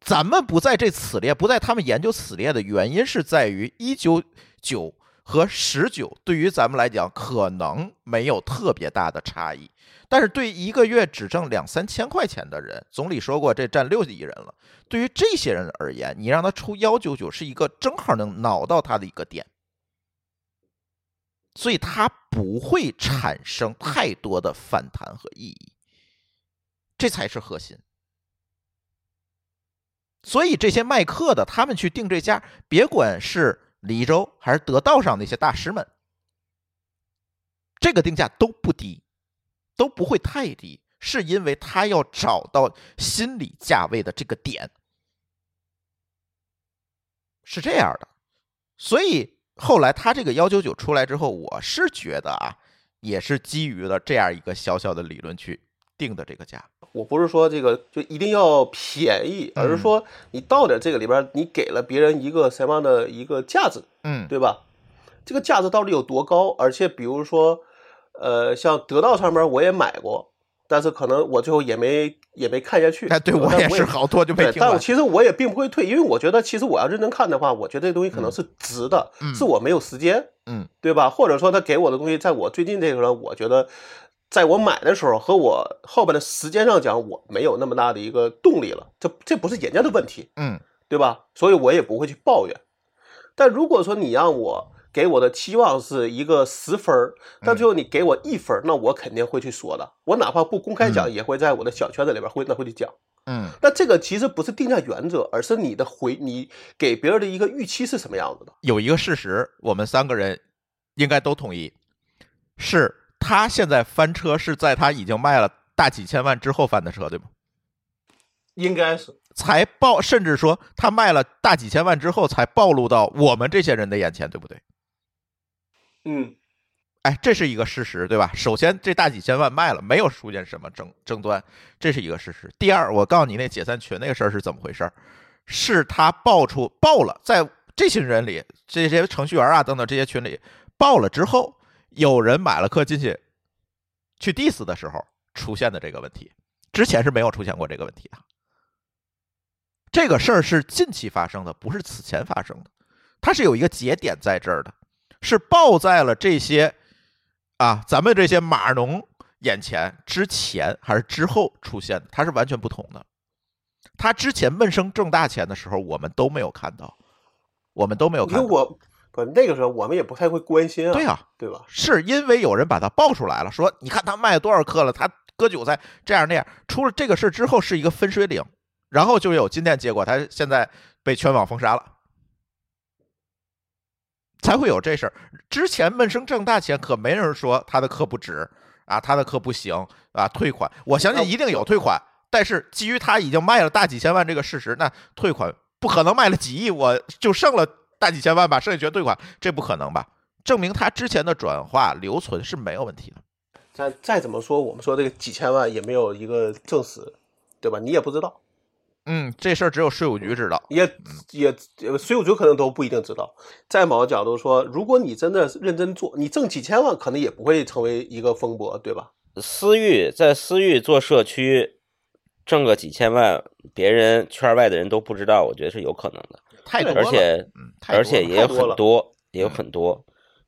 A: 咱们不在这此列，不在他们研究此列的原因是在于一九九和十九对于咱们来讲可能没有特别大的差异，但是对一个月只挣两三千块钱的人，总理说过这占六亿人了。对于这些人而言，你让他出幺九九是一个正好能挠到他的一个点，所以他不会产生太多的反弹和意义。这才是核心。所以这些卖课的，他们去定这价，别管是李州还是得道上那些大师们，这个定价都不低，都不会太低，是因为他要找到心理价位的这个点，是这样的。所以后来他这个幺九九出来之后，我是觉得啊，也是基于了这样一个小小的理论去定的这个价。
C: 我不是说这个就一定要便宜，而
A: 嗯
C: 是说你到底这个里边你给了别人一个什么样的一个价值，
A: 嗯，
C: 对吧？这个价值到底有多高？而且比如说，呃，像得到上面我也买过，但是可能我最后也没也没看下去。
A: 哎，对
C: 呃
A: 我
C: 但
A: 也是好多就没
C: 对，
A: 听
C: 但
A: 完
C: 我。其实我也并不会退，因为我觉得其实我要认真看的话，我觉得这东西可能是值的，
A: 嗯
C: 是我没有时间，
A: 嗯，
C: 对吧？或者说他给我的东西，在我最近这个时候，我觉得在我买的时候和我后边的时间上讲，我没有那么大的一个动力了，这这不是人家的问题，
A: 嗯
C: 对吧？所以我也不会去抱怨。但如果说你让我给我的期望是一个十分儿，
A: 嗯
C: 但最后你给我一分儿，那我肯定会去说的。我哪怕不公开讲，也会在我的小圈子里边会那会去讲。
A: 嗯
C: 那这个其实不是定价原则，而是你的回你给别人的一个预期是什么样子的。
A: 有一个事实，我们三个人应该都同意，是他现在翻车是在他已经卖了大几千万之后翻的车，对吗？
C: 应该是
A: 才暴，甚至说他卖了大几千万之后才暴露到我们这些人的眼前，对不对？
C: 嗯，
A: 哎，这是一个事实，对吧？首先，这大几千万卖了，没有出现什么争争端，这是一个事实。第二，我告诉你，那解散群那个事儿是怎么回事儿？是他爆出爆了，在这群人里，这些程序员啊等等这些群里爆了之后，有人买了课进去去 diss 的时候出现的这个问题，之前是没有出现过这个问题的。这个事儿是近期发生的，不是此前发生的，它是有一个节点在这儿的，是爆在了这些啊，咱们这些码农眼前之前还是之后出现的，它是完全不同的。他之前闷声挣大钱的时候，我们都没有看到，我们都没有
C: 因为
A: 看到。
C: 我不那个时候我们也不太会关心啊，
A: 对
C: 对
A: 啊，
C: 吧？
A: 是因为有人把他爆出来了，说你看他卖了多少克了，他割韭菜这样那样。出了这个事之后，是一个分水岭，然后就有今天结果，他现在被全网封杀了，才会有这事儿。之前闷声挣大钱，可没人说他的课不值啊，他的课不行啊，退款。我相信一定有退款，但是基于他已经卖了大几千万这个事实，那退款不可能卖了几亿，我就剩了大几千万吧，剩下全退款，这不可能吧？证明他之前的转化留存是没有问题的。
C: 再再怎么说，我们说这个几千万也没有一个证实，对吧？你也不知道，
A: 嗯，这事儿只有税务局知道。
C: 也也呃税务局可能都不一定知道。在某个角度说，如果你真的认真做，你挣几千万可能也不会成为一个风波，对吧？
B: 私域在私域做社区，挣个几千万，别人圈外的人都不知道，我觉得是有可能的。
A: 太多了，
B: 而且
A: 嗯，太多了嗯
B: 而且也有
C: 太多
B: 很
C: 了
B: 多，也有很多。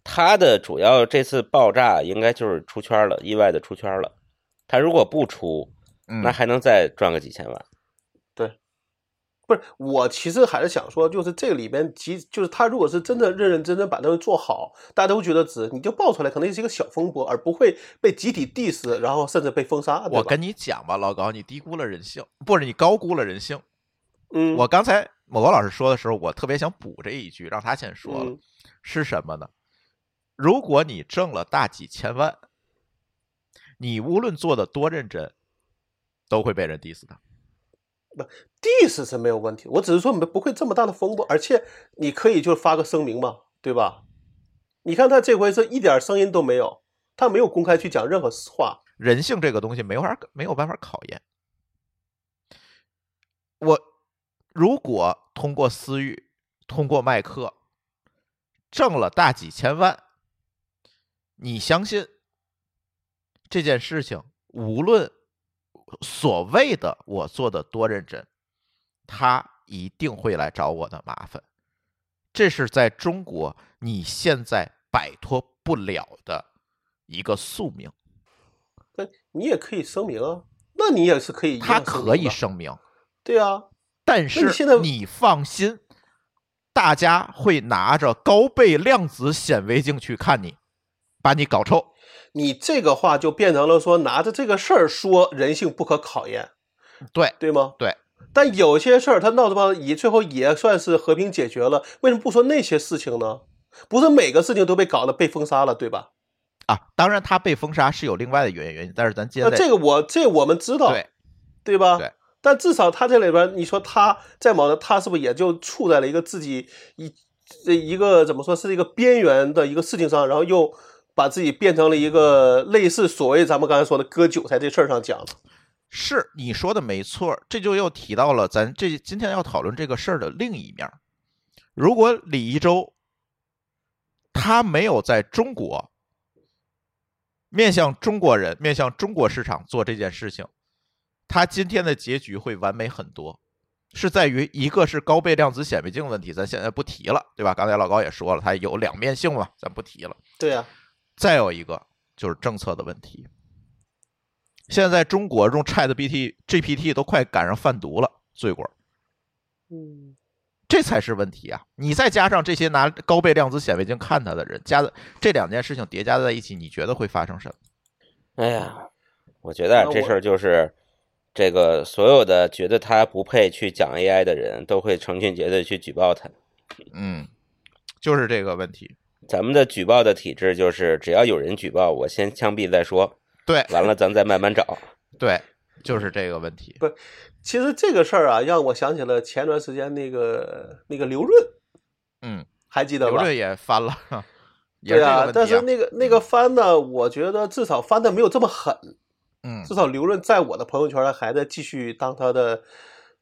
B: 他的主要这次爆炸应该就是出圈了，意外的出圈了。他如果不出，
A: 嗯
B: 那还能再赚个几千万。
C: 不是，我其实还是想说，就是这个里边，其就是他如果是真的认认真真把东西做好，大家都觉得值，你就爆出来，可能也是一个小风波，而不会被集体 diss，然啊后甚至被封杀，对吧？
A: 我跟你讲吧，老高，你低估了人性，不是你高估了人性。
C: 嗯，
A: 我刚才某高老师说的时候，我特别想补这一句，让他先说了，
C: 嗯
A: 是什么呢？如果你挣了大几千万，你无论做的多认真，都会被人 diss 的。
C: diss 是没有问题，我只是说不会这么大的风波，而且你可以就发个声明嘛，对吧？你看他这回是一点声音都没有，他没有公开去讲任何话，
A: 人性这个东西没法没有办法考验。我如果通过私域，通过卖课挣了大几千万，你相信这件事情，无论所谓的我做的多认真，他一定会来找我的麻烦。这是在中国你现在摆脱不了的一个宿命。
C: 那你也可以声明啊，那你也是可以一样
A: 他
C: 声明
A: 可以
C: 的
A: 声明，
C: 对啊，
A: 但
C: 那
A: 是
C: 你现在
A: 你放心，大家会拿着高倍量子显微镜去看你，把你搞臭。
C: 你这个话就变成了说拿着这个事儿说人性不可考验，
A: 对，
C: 对吗？
A: 对。
C: 但有些事儿他闹这帮也最后也算是和平解决了，为什么不说那些事情呢？不是每个事情都被搞得被封杀了，对吧？
A: 啊，当然他被封杀是有另外的原因原因，但是咱接
C: 那
A: 着再
C: 呃这个我这我们知道，
A: 对
C: 对吧？
A: 对
C: 但至少他这里边儿，你说他再忙的，他是不是也就处在了一个自己一这一个怎么说是一个边缘的一个事情上，然后又把自己变成了一个类似所谓咱们刚才说的割韭菜这事儿上讲了。
A: 是你说的没错儿，这就又提到了咱这今天要讨论这个事儿的另一面儿。如果李一舟他没有在中国面向中国人、面向中国市场做这件事情，他今天的结局会完美很多。是在于一个是高倍量子显微镜问题，咱现在不提了，对吧？刚才老高也说了，它有两面性嘛，咱不提了。
C: 对啊呀、
A: 再有一个就是政策的问题。现在中国用 Chat BT GPT 都快赶上贩毒了，罪过，
C: 嗯，
A: 这才是问题啊！你再加上这些拿高倍量子显微镜看它的人，加的这两件事情叠加在一起，你觉得会发生什么？
B: 哎呀，我觉得啊
C: 那
B: 这
C: 我
B: 事儿就是这个所有的觉得他不配去讲 AI 的人都会成群结队去举报他。
A: 嗯，就是这个问题。
B: 咱们的举报的体制就是，只要有人举报，我先枪毙再说，
A: 对
B: 完了咱再慢慢找。
A: 对，就是这个问题。
C: 其实这个事儿啊，让我想起了前段时间那个那个刘润，
A: 嗯，
C: 还记得
A: 刘
C: 吧？
A: 润也翻了， 哈也是
C: 对
A: 这
C: 啊，
A: 个
C: 但
A: 问题、
C: 是那个那个翻呢，我觉得至少翻的没有这么狠，
A: 嗯
C: 至少刘润在我的朋友圈儿还在继续当他的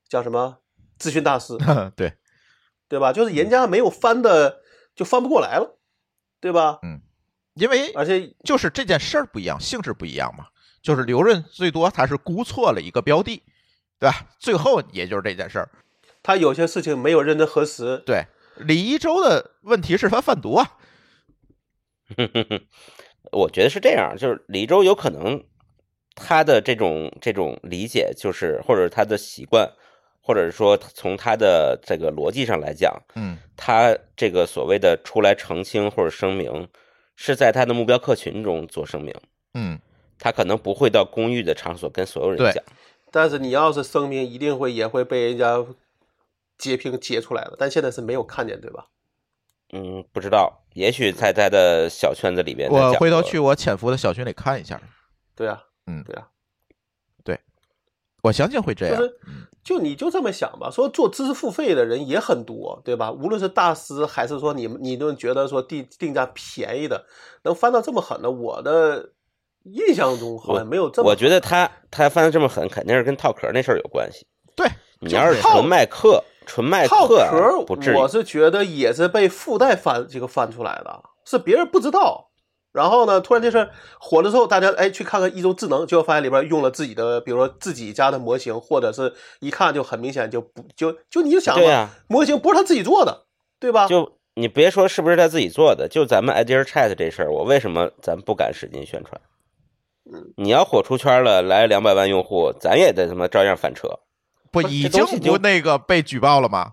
C: 叫什么咨询大师，
A: 嗯 对，
C: 对吧？就是
A: 嗯
C: 人家没有翻的就翻不过来了，对吧？
A: 因为
C: 而且
A: 就是这件事儿不一样，性质不一样嘛。就是刘润最多他是估错了一个标的，对吧？最后也就是这件事儿。
C: 他有些事情没有认真核实，
A: 对，李一舟的问题是他贩毒啊，
B: 我觉得是这样，就是李周有可能他的这种这种理解，就是或者他的习惯，或者说从他的这个逻辑上来讲，
A: 嗯，
B: 他这个所谓的出来澄清或者声明，是在他的目标客群中做声明，
A: 嗯，
B: 他可能不会到公寓的场所跟所有
A: 对
B: 人讲。
C: 但是你要是声明，一定会也会被人家截屏截出来的。但现在是没有看见，对吧？
B: 嗯，不知道，也许在他的小圈子里边，
A: 我回头去。我潜伏的小群里看一下，
C: 对啊，
A: 我相信会这样
C: 就。是就你就这么想吧，说做知识付费的人也很多，对吧？无论是大师还是说你们，你都觉得说定定价便宜的，能翻到这么狠的，我的印象中好像没有这么
B: 我觉得他他翻的这么狠，肯定是跟套壳那事儿有关系。
A: 对，
B: 你要是
C: 就套
B: 纯卖课，纯卖
C: 套
B: 课啊、
C: 壳
B: 不至于。
C: 我是觉得也是被附带翻这个翻出来的，是别人不知道。然后呢，突然这事儿火了之后，大家哎去看看一周智能，结果发现里边用了自己的，比如说自己家的模型，或者是一看就很明显就不就就你就想
B: 对
C: 吧，
B: 啊，
C: 模型不是他自己做的，对吧？
B: 就你别说是不是他自己做的，就咱们 Idea Chat 这事儿，我为什么咱不敢使劲宣传？
C: 嗯
B: 你要火出圈了，来两百万用户，咱也得他妈照样翻车。
A: 不，
C: 不是
A: 已
B: 这
A: 经
B: 东西就
A: 不那个被举报了吗？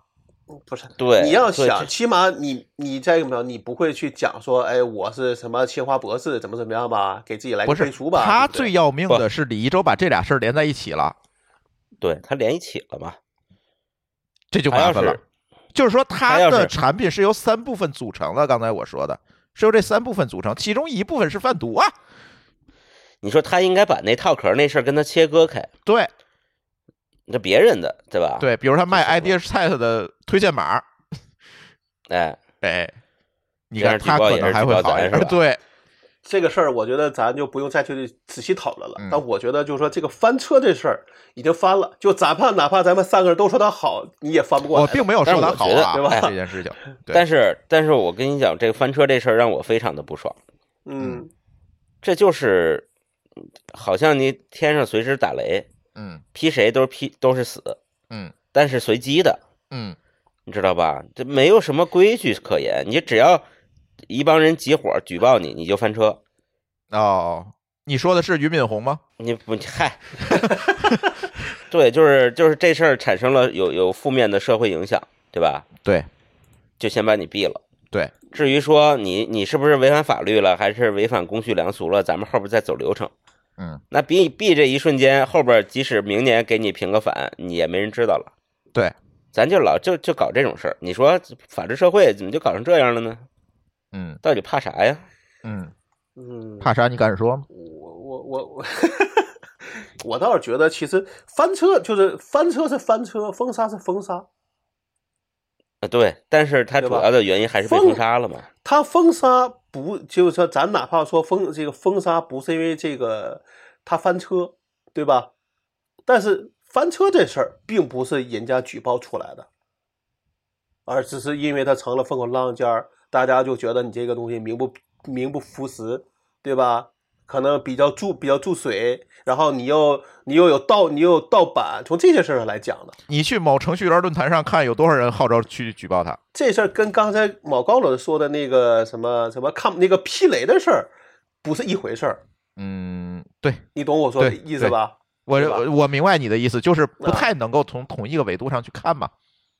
C: 不是，
B: 对，
C: 你要
B: 所以
C: 想，
B: 这
C: 起码你你再一个没有，你不会去讲说，哎，我是什么清华博士，怎么怎么样吧，给自己来
A: 不
C: 个
A: 是
C: 背书，吧。
A: 他
C: 对不对
A: 最要命的是李一舟把这俩事儿连在一起了。
B: 对他连一起了嘛？
A: 这就
B: 还
A: 麻
B: 要
A: 烦了
B: 是。
A: 就是说，它
B: 还要
A: 的
B: 是
A: 产品是由三部分组成的。刚才我说的是由这三部分组成，其中一部分是贩毒啊，
B: 你说他应该把那套壳那事儿跟他切割开，
A: 对
B: 这别人的对吧？，
A: 对，比如他卖
B: 啊这
A: i
B: 是
A: d
B: 我
A: h t 的推荐码，
B: 哎，
A: 哎，你
B: 这
A: 看
B: 样
A: 他
B: 举报
A: 可
B: 也
A: 能
B: 是
A: 还
B: 举
A: 会
B: 报
A: 好一点
B: 咱是
A: 儿。
B: 吧
A: 对，
C: 这个事儿，我觉得咱就不用再去仔细讨论了。
A: 嗯
C: 但我觉得，就是说这个翻车这事儿已经翻了，就哪怕哪怕咱们三个人都说它好，你也翻不过来。
A: 我并没有
B: 但
A: 说
B: 是
A: 他好
B: 我觉得
A: 啊，
C: 对吧
A: 这件 事情，对
B: 但是但是我跟你讲，这个翻车这事儿让我非常的不爽，
C: 嗯，
B: 这就是好像你天上随时打雷，
A: 嗯
B: 劈谁都是劈都是死，
A: 嗯
B: 但是随机的，
A: 嗯
B: 你知道吧？这没有什么规矩可言，你只要一帮人集伙举报你，你就翻车。
A: 哦，你说的是俞敏洪吗？
B: 你不你嗨，对，就是就是这事儿产生了有有负面的社会影响，对吧？
A: 对
B: 就先把你毙了。
A: 对，
B: 至于说你你是不是违反法律了，还是违反公序良俗了，咱们后边再走流程。
A: 嗯，
B: 那毙毙这一瞬间，后边即使明年给你平个反，你也没人知道了。
A: 对，
B: 咱就老就就搞这种事儿。你说法治社会怎么就搞成这样了呢？
A: 嗯
B: 到底怕啥呀？
A: 嗯，
C: 嗯，
A: 怕啥？你敢说吗？
C: 我我我我，我倒是觉得，其实翻车就是翻车是翻车，封杀是封杀。
B: 啊，对，但是它
C: 对
B: 主
C: 吧
B: 要的原因还是被
C: 疯
B: 封杀了嘛。
C: 他封杀不就是说，咱哪怕说封这个封杀不是因为这个他翻车，对吧？但是翻车这事儿并不是人家举报出来的，而只是因为他成了风口浪尖儿，大家就觉得你这个东西名不名不符实，对吧？可能比较注比较注水，然后你又你又有盗你又有盗版，从这些事儿上来讲的，
A: 你去某程序员论坛上看有多少人号召去举报他？
C: 这事儿跟刚才某高老师说的那个什么什么看那个劈雷的事儿不是一回事儿，
A: 嗯，对
C: 你懂我说的
A: 对
C: 意思吧？
A: 我
C: 对吧
A: 我我明白你的意思，就是不
C: 啊
A: 太能够从同一个维度上去看嘛。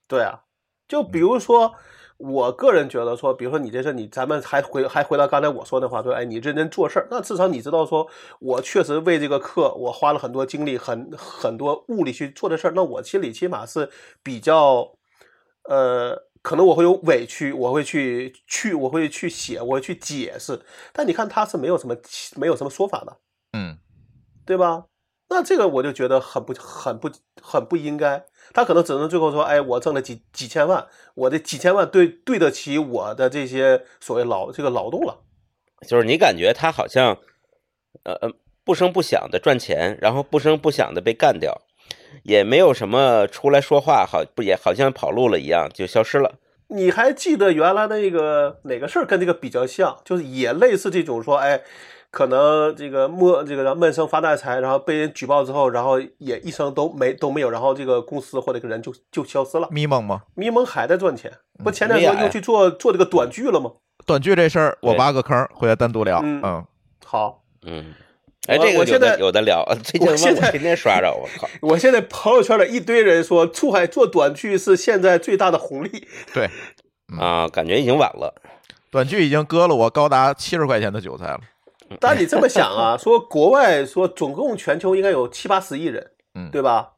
C: 对啊，就比如说，我个人觉得说，比如说你这事儿，你咱们还回还回到刚才我说那话，说哎，你认真做事儿，那至少你知道说，我确实为这个课我花了很多精力，很很多物力去做这事儿，那我心里起码是比较，呃。可能我会有委屈，我会去去，我会去写，我会去解释。但你看他是没有什么没有什么说法的，
A: 嗯
C: 对吧？那这个我就觉得很不、很不、很不应该。他可能只能最后说：“哎，我挣了几几千万，我这几千万对对得起我的这些所谓劳这个劳动了。
B: 就是你感觉他好像，呃呃，不声不响的赚钱，然后不声不响的被干掉，也没有什么出来说话，好不也好像跑路了一样就消失了。”
C: 你还记得原来那个哪个事儿跟这个比较像？就是也类似这种说：“哎，可能这个闷这个闷声发大财，然后被人举报之后，然后也一声都没都没有，然后这个公司或者这个人就就消失了。
A: 迷蒙吗？
C: 迷蒙还在赚钱，不前
B: 嗯
C: 两天又去做做这个短剧了吗？
A: 短剧这事儿，我
B: 对
A: 挖个坑，回来单独聊。
C: 嗯
A: 嗯，
C: 好，
B: 嗯，哎，这
C: 我我
B: 个有
C: 现
B: 的
C: 在
B: 有的聊，最近
C: 我现
B: 问我
C: 在
B: 天天刷着，我靠，
C: 我现在朋友圈里一堆人说，出海做短剧是现在最大的红利。
A: 对，
C: 嗯
B: 啊，感觉已经晚了。
A: 短剧已经割了我高达七十块钱的韭菜了。嗯
C: 但你这么想 啊，说国外说总共全球应该有七八十亿人，
A: 嗯
C: 对吧？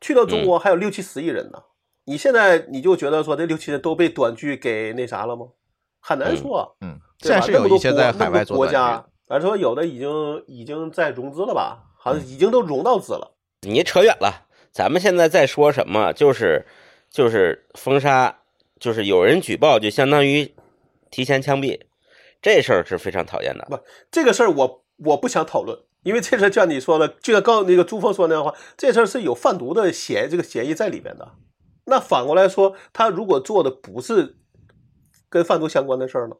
C: 去到中国还有六七十亿人呢。你现在你就觉得说这六七人都被短剧给那啥了吗？很难说啊，
A: 嗯，现
C: 对吧
A: 在是有
C: 那么多
A: 一些在海
C: 国
A: 外
C: 那么多国
A: 做短
C: 家
A: 剧，，
C: 而且说有的已经已经在融资了吧，好
A: 嗯
C: 像已经都融到资了。
B: 你扯远了，咱们现在在说什么？就是就是封杀，就是有人举报，就相当于提前枪毙，这事儿是非常讨厌的。
C: 这个事儿我我不想讨论，因为这事儿就像你说的，就像刚那个朱峰说那样的话，这事儿是有贩毒的嫌这个嫌疑在里面的。那反过来说，他如果做的不是跟贩毒相关的事儿呢，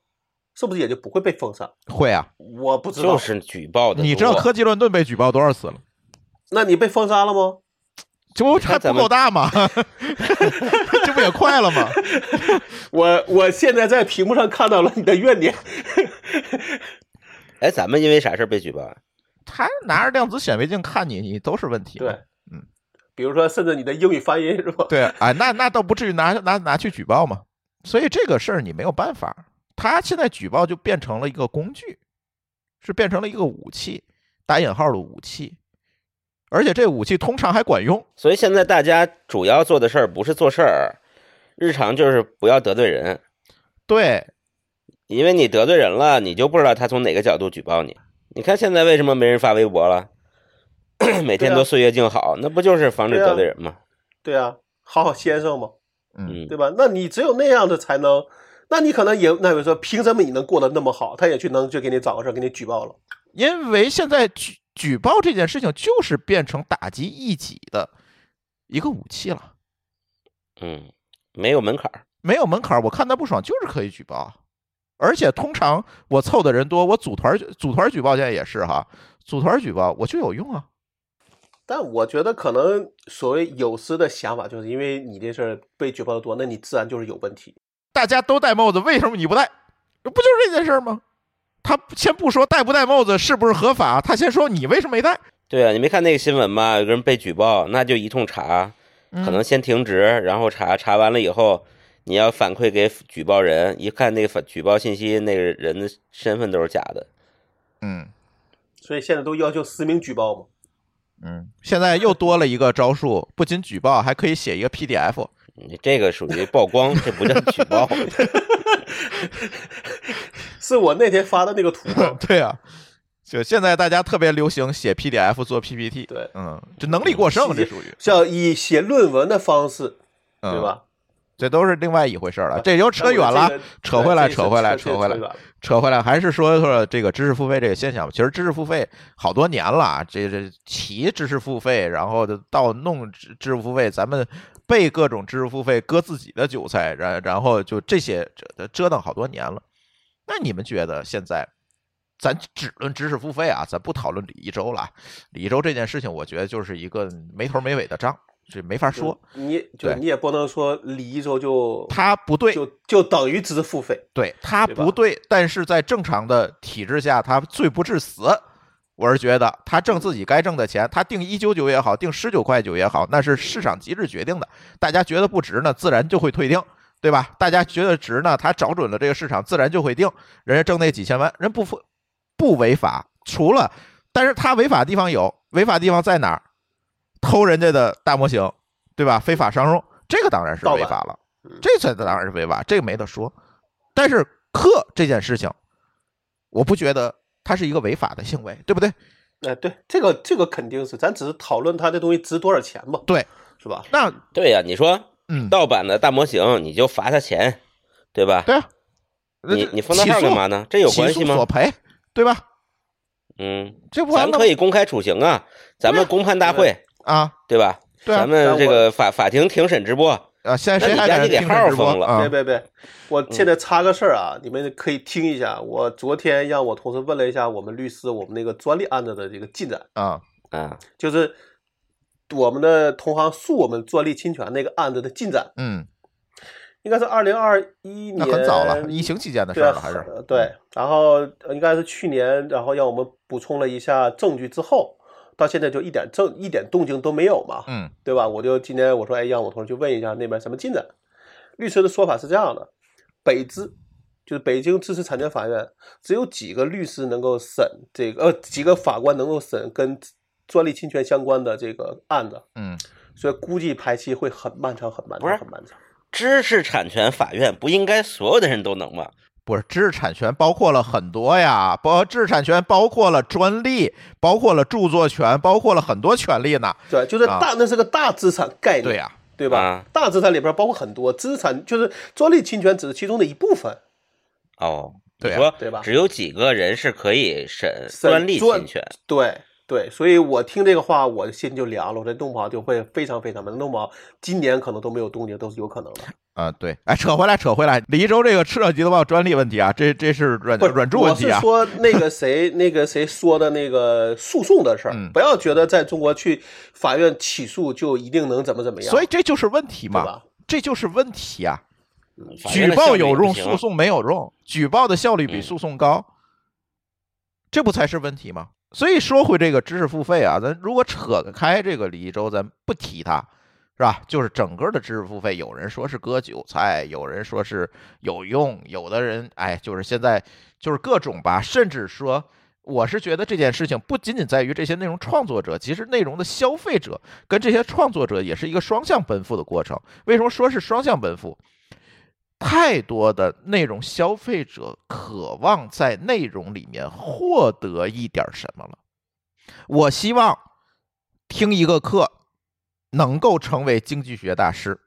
C: 是不是也就不会被封杀？
A: 会啊，
C: 我不知道。
B: 就是举报的多。
A: 你知道科技乱炖被举报多少次了？
C: 那你被封杀了吗？
A: 这不
B: 你看
A: 还不
B: 咱们
A: 够大吗？ 这不也快了吗？
C: 我我现在在屏幕上看到了你的怨念。
B: 哎，咱们因为啥事儿被举报啊？
A: 他拿着量子显微镜看你，你都是问题嘛。
C: 对，
A: 嗯，
C: 比如说，甚至你的英语发音是吧？
A: 对，哎，那那倒不至于拿拿拿去举报嘛。所以这个事儿你没有办法，他现在举报就变成了一个工具，是变成了一个武器，打引号的武器。而且这武器通常还管用。
B: 所以现在大家主要做的事儿不是做事儿，日常就是不要得罪人，
A: 对，
B: 因为你得罪人了，你就不知道他从哪个角度举报你。你看现在为什么没人发微博了？ 每天
C: 对
B: 都
C: 啊
B: 岁月静好，那不就是防止
C: 对啊
B: 得罪人吗？
C: 对啊，好好先生嘛，
A: 嗯，
B: 嗯
C: 对吧？那你只有那样的才能，那你可能也那比如说，凭什么你能过得那么好，他也去能就给你找个事儿给你举报了？
A: 因为现在举举报这件事情就是变成打击异己的一个武器了，
B: 嗯，没有门槛儿。
A: 没有门槛儿，我看他不爽就是可以举报。啊而且通常我凑的人多，我组团组团举报现在也是哈，组团举报我就有用啊。
C: 但我觉得可能所谓有司的想法，就是因为你这事儿被举报的多，那你自然就是有问题。
A: 大家都戴帽子，为什么你不戴？不就是这件事儿吗？他先不说戴不戴帽子是不是合法，他先说你为什么没戴。
B: 对啊，你没看那个新闻吗？有个人被举报，那就一通查，可
C: 嗯
B: 能先停职，然后查，查完了以后，你要反馈给举报人，一看那个反举报信息，那个人的身份都是假的。
A: 嗯
C: 所以现在都要求实名举报嘛。
A: 嗯，现在又多了一个招数，不仅举报，还可以写一个 PDF。，
B: 你这个属于曝光，这不叫举报。
C: 是我那天发的那个图嘛
A: 对啊，就现在大家特别流行写 PDF 做 PPT，
C: 对
A: 嗯，就能力过剩，
C: 细节
A: 这属于，
C: 像以写论文的方式，
A: 嗯、
C: 对？吧？
A: 这都是另外一回事儿了，这就扯
C: 但我
A: 远了
C: 这个，
A: 扯回来，
C: 对
A: 扯回来，
C: 这是
A: 扯回
C: 这
A: 来，
C: 是远了
A: 扯回来，还是说说这个知识付费这个现象吧。其实知识付费好多年了，这这提知识付费，然后就到弄知知识付费，咱们被各种知识付费割自己的韭菜，然然后就这些折折腾好多年了。那你们觉得现在，咱只论知识付费啊，咱不讨论李一周了啊。李一周这件事情，我觉得就是一个没头没尾的账，这没法说。
C: 你就
A: 对
C: 你也不能说离一周就
A: 他不对，
C: 就就等于只是付费，
A: 对他
C: 对吧
A: 不对，但是在正常的体制下，他罪不至死。我是觉得他挣自己该挣的钱，他定一九九也好，定十九块九也好，那是市场机制决定的。大家觉得不值呢，自然就会退订，对吧？大家觉得值呢，他找准了这个市场，自然就会定。人家挣那几千万，人不付不违法，除了，但是他违法地方有，违法地方在哪儿？偷人家的大模型，对吧？非法商用，这个当然是
C: 盗
A: 违
C: 版
A: 法了
C: 嗯，
A: 这才当然是违法，这个没得说。但是克这件事情，我不觉得它是一个违法的行为，对不对？
C: 哎，对，这个这个肯定是，咱只是讨论它这东西值多少钱嘛，
A: 对，
C: 是吧？
A: 那
B: 对呀、你说
A: 嗯，
B: 盗版的大模型，你就罚他钱，对吧？
A: 对啊，
B: 你
A: 那
B: 你封他
A: 起
B: 号
A: 诉
B: 干嘛呢？这有关
A: 起
B: 系
A: 诉索
B: 吗？
A: 赔，对吧？
B: 嗯，
A: 这不完
B: 咱
A: 了
B: 可以公开处刑啊，咱们公判大会，
A: 啊？
B: 对吧？
A: 对啊
B: 咱们
C: 但
B: 这
C: 我
B: 个法法庭庭审直播，
A: 啊，现在谁
B: 那你
A: 还
B: 赶
A: 敢
B: 紧给
A: 听这
B: 号
A: 直播
B: 封了
A: 啊嗯
C: 别？别别，我现在插个事儿啊，你们可以听一下。我昨天让我同事问了一下我们律师我们那个专利案子的这个进展，
A: 啊，
B: 啊，
C: 就是我们的同行诉我们专利侵权那个案子的进展，
A: 嗯，
C: 应该是二零二一年，
A: 那很早了，疫情期间的事
C: 对
A: 儿
C: 啊
A: 了，还是嗯
C: 呃对。然后呃应该是去年，然后让我们补充了一下证据之后，到现在就一点证一点动静都没有嘛，
A: 嗯
C: 对吧？我就今天我说，哎，让我同事去问一下那边什么进展。律师的说法是这样的：北知就是北京知识产权法院，只有几个律师能够审这个，呃，几个法官能够审跟专利侵权相关的这个案子，
A: 嗯，
C: 所以估计排期会很漫长，很漫
B: 不是
C: 长，很漫长。
B: 知识产权法院不应该所有的人都能吗？
A: 不是知识产权包括了很多呀，包知识产权包括了专利，包括了著作权，包括了很多权利呢。
C: 对，就是
A: 啊
C: 大，那是个大资产概念。
A: 对呀、
C: 对吧？
B: 啊
C: 大资产里边包括很多资产，就是专利侵权只是其中的一部分。
B: 哦，
A: 对啊
B: 你说
C: 对吧
B: 只有几个人是可以审
C: 审
B: 专利
C: 专
B: 侵权，
C: 对对，所以我听这个话，我心就凉了。我这弄不好就会非常非常慢，弄不好今年可能都没有动静，都是有可能的。
A: 啊，对，哎，扯回来，扯回来，李一周这个赤道吉德堡专利问题啊，这这是软
C: 不是
A: 软著问题啊，
C: 我是说那个谁，那个谁说的那个诉讼的事儿，
A: 嗯
C: 不要觉得在中国去法院起诉就一定能怎么怎么样，
A: 所以这就是问题
C: 对
A: 嘛，
C: 吧？
A: 这就是问题啊。
B: 法院
A: 举
B: 的效
A: 报
B: 率
A: 有
B: 不
A: 用，
B: 行啊
A: 诉讼没有用，举报的效率比
B: 嗯
A: 诉讼高，这不才是问题吗？所以说回这个知识付费啊，咱如果扯开这个李一周，咱不提他，是吧？就是整个的知识付费，有人说是割韭菜，有人说是有用，有的人哎，就是现在就是各种吧，甚至说我是觉得这件事情不仅仅在于这些内容创作者，其实内容的消费者跟这些创作者也是一个双向奔赴的过程。为什么说是双向奔赴？太多的内容消费者渴望在内容里面获得一点儿什么了。我希望听一个课能够成为经济学大师，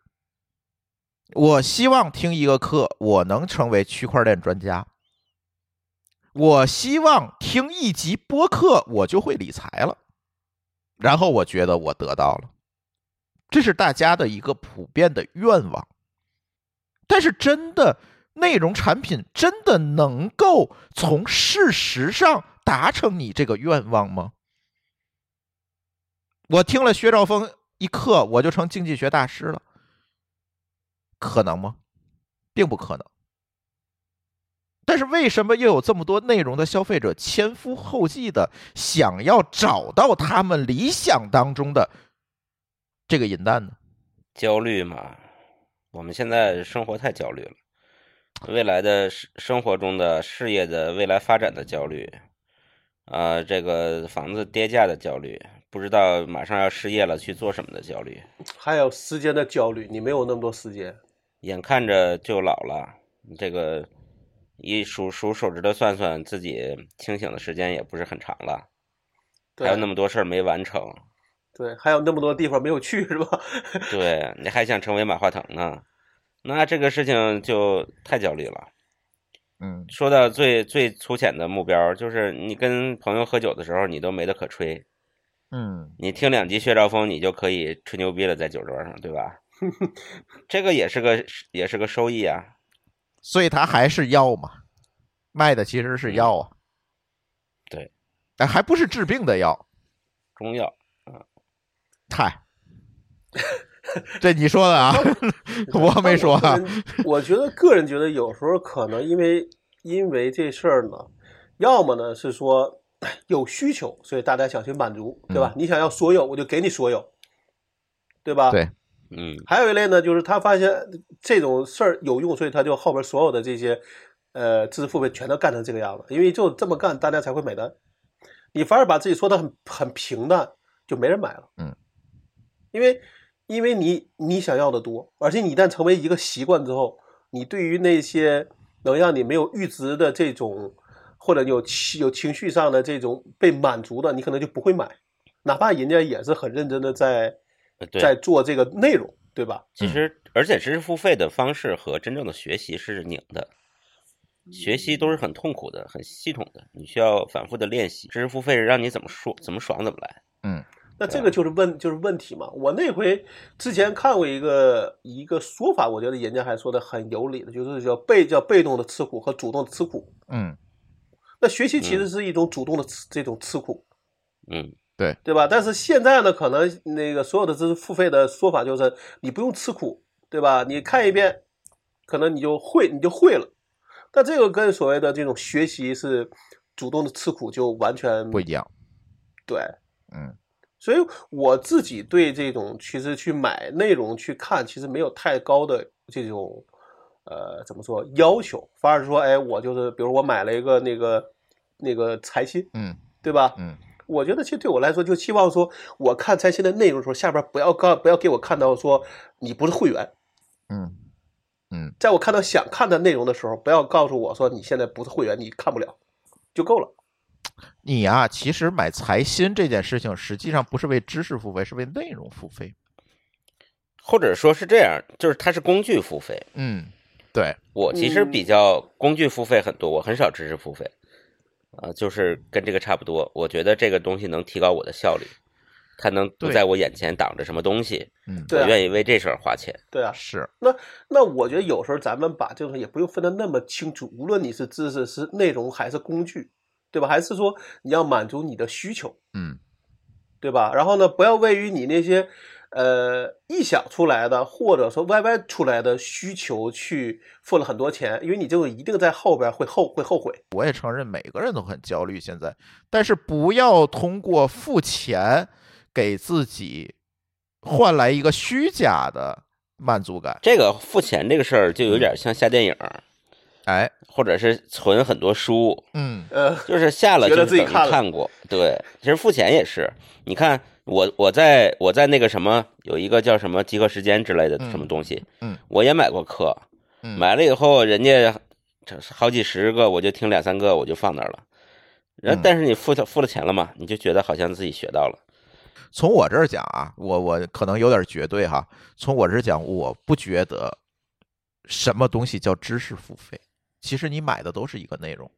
A: 我希望听一个课我能成为区块链专家，我希望听一集播客我就会理财了，然后我觉得我得到了，这是大家的一个普遍的愿望。但是真的内容产品真的能够从事实上达成你这个愿望吗？我听了薛兆丰一课，我就成经济学大师了，可能吗？并不可能。但是为什么又有这么多内容的消费者前赴后继的想要找到他们理想当中的这个银弹呢？
B: 焦虑嘛，我们现在生活太焦虑了，未来的生生活中的事业的未来发展的焦虑，啊、这个房子跌价的焦虑，不知道马上要失业了去做什么的焦虑，
C: 还有时间的焦虑，你没有那么多时间。
B: 眼看着就老了，这个一数数手指头算算，自己清醒的时间也不是很长了，还有那
C: 对
B: 么多事儿没完成，
C: 对，还有那么多地方没有去，是吧？
B: 对你还想成为马化腾呢，那这个事情就太焦虑了。
A: 嗯，
B: 说到最最粗浅的目标，就是你跟朋友喝酒的时候，你都没得可吹，
A: 嗯，
B: 你听两集薛兆丰，你就可以吹牛逼了，在酒桌上，对吧？ 这个也是个也是个收益啊，
A: 所以它还是药嘛，卖的其实是药啊。
B: 对，
A: 但还不是治病的药，
B: 中药。
A: 嗨， 这你说的啊， 我没说啊
C: 但我个。人。我觉得个人觉得有时候可能因为因为这事儿呢，要么呢是说有需求，所以大家想去满足，对吧？你想要所有，我就给你所有，对吧？
A: 嗯对
B: 嗯，
C: 还有一类呢，就是他发现这种事儿有用，所以他就后边所有的这些呃知识付费全都干成这个样子，因为就这么干，大家才会买单。你反而把自己说的很很平淡，就没人买了。
A: 嗯，
C: 因为因为你你想要的多，而且你一旦成为一个习惯之后，你对于那些能让你没有阈值的这种，或者有情有情绪上的这种被满足的，你可能就不会买，哪怕人家也是很认真的在
B: 呃对，
C: 在做这个内容，对吧？
B: 其实，而且知识付费的方式和真正的学习是拧的，学习都是很痛苦的、很系统的，你需要反复的练习。知识付费是让你怎么说、怎么爽怎么来。
C: 那这个
A: 啊
C: 就是问就是问题嘛。我那回之前看过一个一个说法，我觉得人家还说的很有理的，就是叫被叫被动的吃苦和主动的吃苦。
A: 嗯，
C: 那学习其实是一种主动的吃、这种吃苦，
B: 嗯，
C: 对吧？但是现在呢，可能那个所有的知识付费的说法就是你不用吃苦，对吧？你看一遍，可能你就会你就会了。但这个跟所谓的这种学习是主动的吃苦就完全
A: 不一样。
C: 对，
A: 嗯，
C: 所以我自己对这种其实去买内容去看，其实没有太高的这种呃怎么说要求，反而是说，哎，我就是比如我买了一个那个那个财新，
A: 嗯
C: 对吧？
A: 嗯，
C: 我觉得其实对我来说，就期望说我看财新的内容的时候，下边不要告不要给我看到说你不是会员，
A: 嗯嗯，
C: 在我看到想看的内容的时候，不要告诉我说你现在不是会员，你看不了，就够了。
A: 你啊，其实买财新这件事情，实际上不是为知识付费，是为内容付费。
B: 或者说是这样，就是它是工具付费。
A: 嗯，对，
B: 我其
C: 嗯
B: 实比较工具付费很多，我很少知识付费，啊、就是跟这个差不多。我觉得这个东西能提高我的效率，它能不
A: 对
B: 在我眼前挡着什么东西，
A: 嗯，
C: 对
B: 我
C: 啊
B: 愿意为这事儿花钱。
C: 对啊，
A: 是，
C: 那我觉得有时候咱们把这种也不用分得那么清楚，无论你是知识是内容还是工具，对吧？还是说你要满足你的需求，
A: 嗯
C: 对吧？然后呢，不要位于你那些呃臆想出来的或者说 YY 出来的需求去付了很多钱，因为你这种一定在后边会后会后悔。
A: 我也承认每个人都很焦虑现在，但是不要通过付钱给自己换来一个虚假的满足感。
C: 嗯
B: 这个付钱这个事儿就有点像下电影儿，
A: 哎，
B: 或者是存很多书，
A: 嗯
C: 呃，
B: 就是下了就
C: 觉得
B: 是
C: 自己
B: 等于
C: 看了
B: 看过。对，其实付钱也是，你看我我在我在那个什么有一个叫什么集合时间之类的
A: 嗯
B: 什么东西，
A: 嗯
B: 我也买过课，
A: 嗯，
B: 买了以后人家这好几十个，我就听两三个我就放那儿了。然后
A: 嗯
B: 但是你付他付了钱了嘛，你就觉得好像自己学到了。
A: 从我这儿讲啊，我我可能有点绝对哈。从我这儿讲，我不觉得什么东西叫知识付费。其实你买的都是一个内容，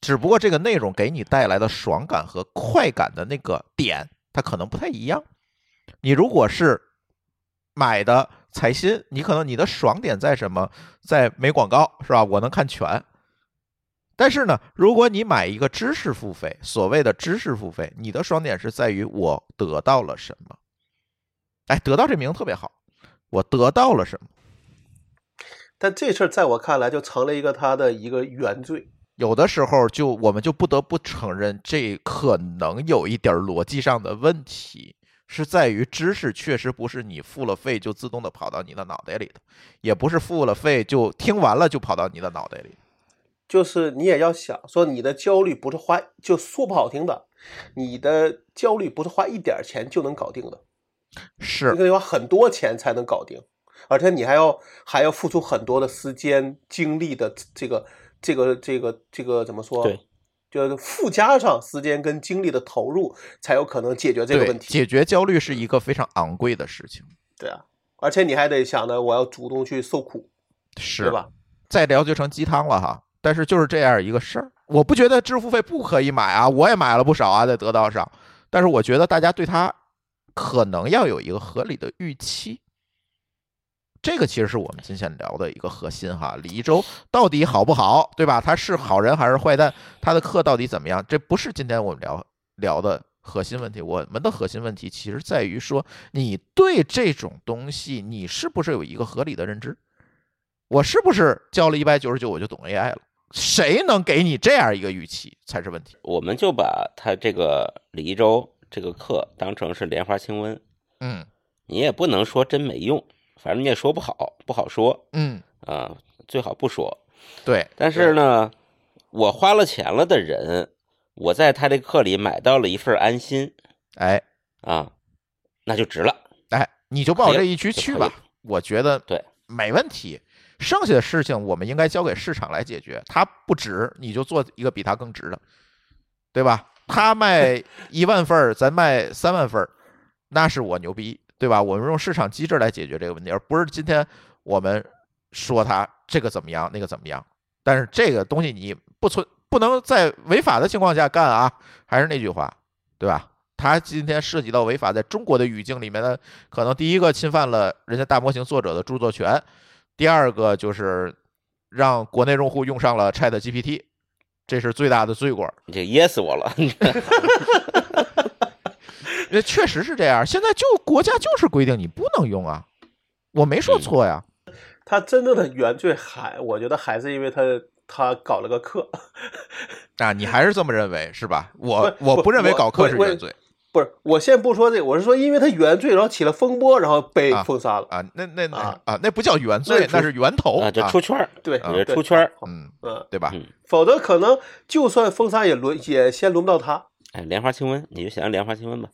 A: 只不过这个内容给你带来的爽感和快感的那个点，它可能不太一样。你如果是买的财新，你可能你的爽点在什么？在没广告是吧？我能看全。但是呢，如果你买一个知识付费，所谓的知识付费，你的爽点是在于我得到了什么。哎，得到这名字特别好，我得到了什么？
C: 但这事儿在我看来就成了一个他的一个原罪。
A: 有的时候就我们就不得不承认，这可能有一点儿逻辑上的问题，是在于知识确实不是你付了费就自动的跑到你的脑袋里的，也不是付了费就听完了就跑到你的脑袋里。
C: 就是你也要想说，你的焦虑不是花，就说不好听的，你的焦虑不是花一点儿钱就能搞定的，
A: 是
C: 你得花很多钱才能搞定，而且你还要还要付出很多的时间、精力的这个这个这个这个怎么说？
B: 对，
C: 就是附加上时间跟精力的投入，才有可能解决这个
A: 对
C: 问题。
A: 解决焦虑是一个非常昂贵的事情，
C: 对啊，而且你还得想着我要主动去受苦，
A: 是
C: 对？吧？
A: 再聊就成鸡汤了哈。但是就是这样一个事儿，我不觉得支付费不可以买啊，我也买了不少啊，在得到上。但是我觉得大家对它可能要有一个合理的预期，这个其实是我们今天聊的一个核心哈。李一舟到底好不好，对吧？他是好人还是坏蛋？他的课到底怎么样？这不是今天我们聊聊的核心问题。我们的核心问题其实在于说，你对这种东西，你是不是有一个合理的认知？我是不是交了一百九十九我就懂 AI 了？谁能给你这样一个预期才是问题？
B: 我们就把他这个李一舟这个课当成是莲花清瘟，
A: 嗯
B: 你也不能说真没用，反正你也说不好，不好说
A: 嗯，
B: 啊、最好不说。
A: 对，
B: 但是呢，我花了钱了的人，我在他这课里买到了一份安心
A: 哎
B: 啊，那就值了。
A: 哎，你就抱这一区去
B: 可以
A: 吧，我觉得
B: 对
A: 没问题。剩下的事情我们应该交给市场来解决，它不值你就做一个比它更值的，对吧？他 卖一万份儿，咱卖三万份儿，那是我牛逼，对吧？我们用市场机制来解决这个问题，而不是今天我们说它这个怎么样，那个怎么样。但是这个东西你不存不能在违法的情况下干啊，还是那句话，对吧？它今天涉及到违法，在中国的语境里面呢，可能第一个侵犯了人家大模型作者的著作权，第二个就是让国内用户用上了 Chat GPT，这是最大的罪过。
B: 你这噎死我了！ 啊
A: 那确实是这样，现在就国家就是规定你不能用啊，我没说错呀。
C: 他真正的原罪还，我觉得还是因为他他搞了个课，
A: 啊，你还是这么认为是吧？我
C: 不
A: 我不认为
C: 我
A: 搞
C: 我
A: 课是
C: 我
A: 原罪
C: 不是，我先不说这个，我是说因为他原罪，然后起了风波，然后被
A: 啊
C: 封杀了。
A: 啊，那那那
C: 啊
A: 啊，那不叫原罪，
C: 那
A: 那
C: 出
A: 是源头
B: 啊，就出圈儿，
C: 对，
B: 我觉得
C: 对
B: 出圈儿。
A: 嗯，
C: 嗯，
A: 对吧？
B: 嗯
C: 否则可能就算封杀也轮也先轮不到他。
B: 哎，莲花清瘟，你就想想莲花清瘟吧，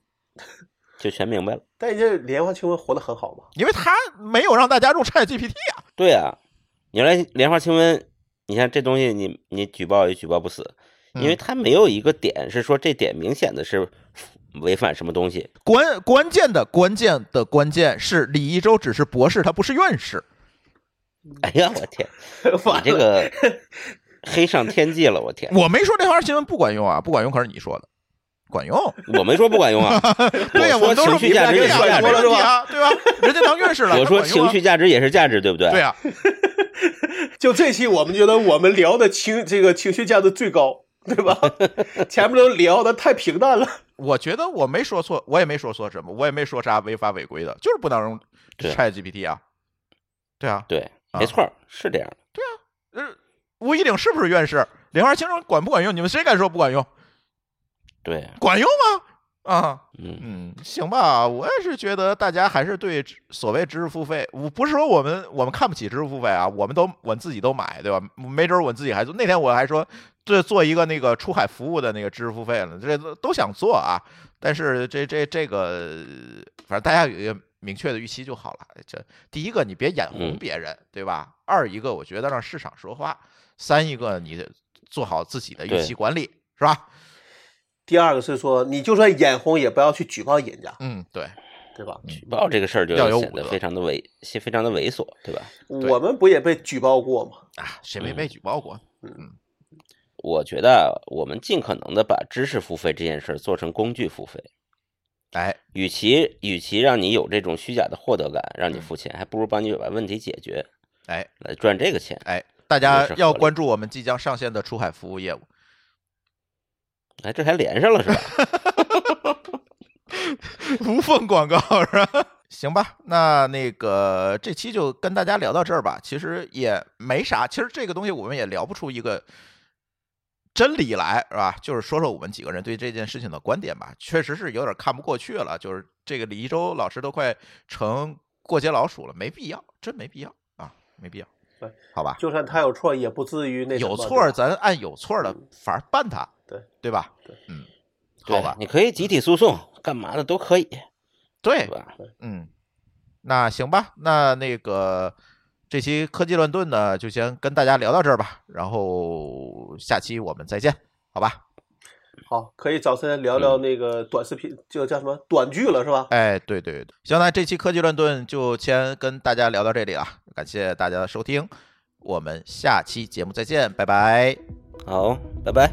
B: 就全明白了。
C: 但人家莲花清瘟活得很 好嘛，
A: 因为他没有让大家用 Chat GPT 啊。
B: 对啊，原来莲花清瘟，你看这东西你，你举报也举报不死，因为它没有一个点是说这点明显的是违反什么东西。
A: 关关键的关键的关键是李一舟只是博士，他不是院士。
B: 哎呀，我天，
C: 完
B: 你这
C: 了
B: 个黑上天际了，我天！
A: 我没说这条新闻不管用啊，不管用可是你说的，管 用。
B: 我没说不管 用啊，
A: 对呀，
B: 我
A: 们都
B: 说
A: 说
B: 情绪价值
A: 比
B: 也
A: 不
B: 是
A: 上
B: 价
A: 没问
B: 值，
A: 题啊，对吧？人家当院士了，
B: 我
A: 他
B: 说
A: 管用
B: 情
A: 啊
B: 绪价值也是价值，对不对？
A: 对啊，
C: 就这期我们觉得我们聊的情这个情绪价值最高，对 吧？前面都聊的太平淡了。
A: 我觉得我没说错，我也没说错什么，我也没说啥违法违规的，就是不能用
B: 对
A: Chat GPT 啊。对啊，
B: 对，
A: 啊
B: 没错儿，是这样的。
A: 呃，吴一鼎是不是院士？莲花清瘟管不管用？你们谁敢说不管用？
B: 对，
A: 管用吗？啊。
B: 嗯，
A: 嗯，行吧，我也是觉得大家还是对知所谓知识付费，我不是说我们我们看不起知识付费啊，我们都我自己都买，对吧？没准我自己还做。那天我还说这做一个那个出海服务的那个知识付费了，这都都想做啊，但是这这这个，反正大家有一个明确的预期就好了。这第一个，你别眼红
B: 嗯
A: 别人，对吧？二一个，我觉得让市场说话；三一个，你做好自己的预
B: 对
A: 期管理，是吧？
C: 第二个是说，你就算眼红，也不要去举报人家，
A: 嗯，对，
C: 对吧？
A: 嗯
B: 举报这个事儿就
A: 要有
B: 显
A: 武
B: 得
A: 德
B: 非常的猥，非常的猥琐，对吧？
A: 对
C: 我们不也被举报过吗？
A: 啊，谁
B: 嗯
A: 没被举报过？
B: 我觉得啊我们尽可能的把知识付费这件事儿做成工具付费，
A: 哎，
B: 与其与其让你有这种虚假的获得感，让
A: 嗯
B: 你付钱，还不如帮你把问题解决，
A: 哎，
B: 来赚这个钱。
A: 哎，大
B: 这个
A: 家
B: 是合
A: 要
B: 理
A: 关注我们即将上线的出海服务 业务。
B: 哎，这还连上了是吧？
A: 无缝广告是吧？行吧，那那个这期就跟大家聊到这儿吧。其实也没啥，其实这个东西我们也聊不出一个真理来，是吧？就是说说我们几个人对这件事情的观点吧。确实是有点看不过去了，就是这个李一舟老师都快成过街老鼠了，没必要，真没必要啊，没必要
C: 对。
A: 好吧，
C: 就算他有错，也不至于那什么
A: 有
C: 对
A: 错
C: 吧嗯
A: 儿咱按有错儿的法儿办他，
C: 对
A: 对吧？
C: 对，
A: 嗯， 好
B: 对
A: 吧，
B: 你可以集体诉讼，干嘛的都可以，
A: 对
B: 对，吧？
A: 嗯，那行吧，那那个这期科技乱炖呢，就先跟大家聊到这儿吧，然后下期我们再见，好吧？
C: 好，可以找时间聊
A: 嗯
C: 聊那个短视频，就叫什么短剧了，是吧？
A: 哎，对对对，行，那这期科技乱炖就先跟大家聊到这里啊，感谢大家的收听，我们下期节目再见，拜拜。
B: 好，拜拜。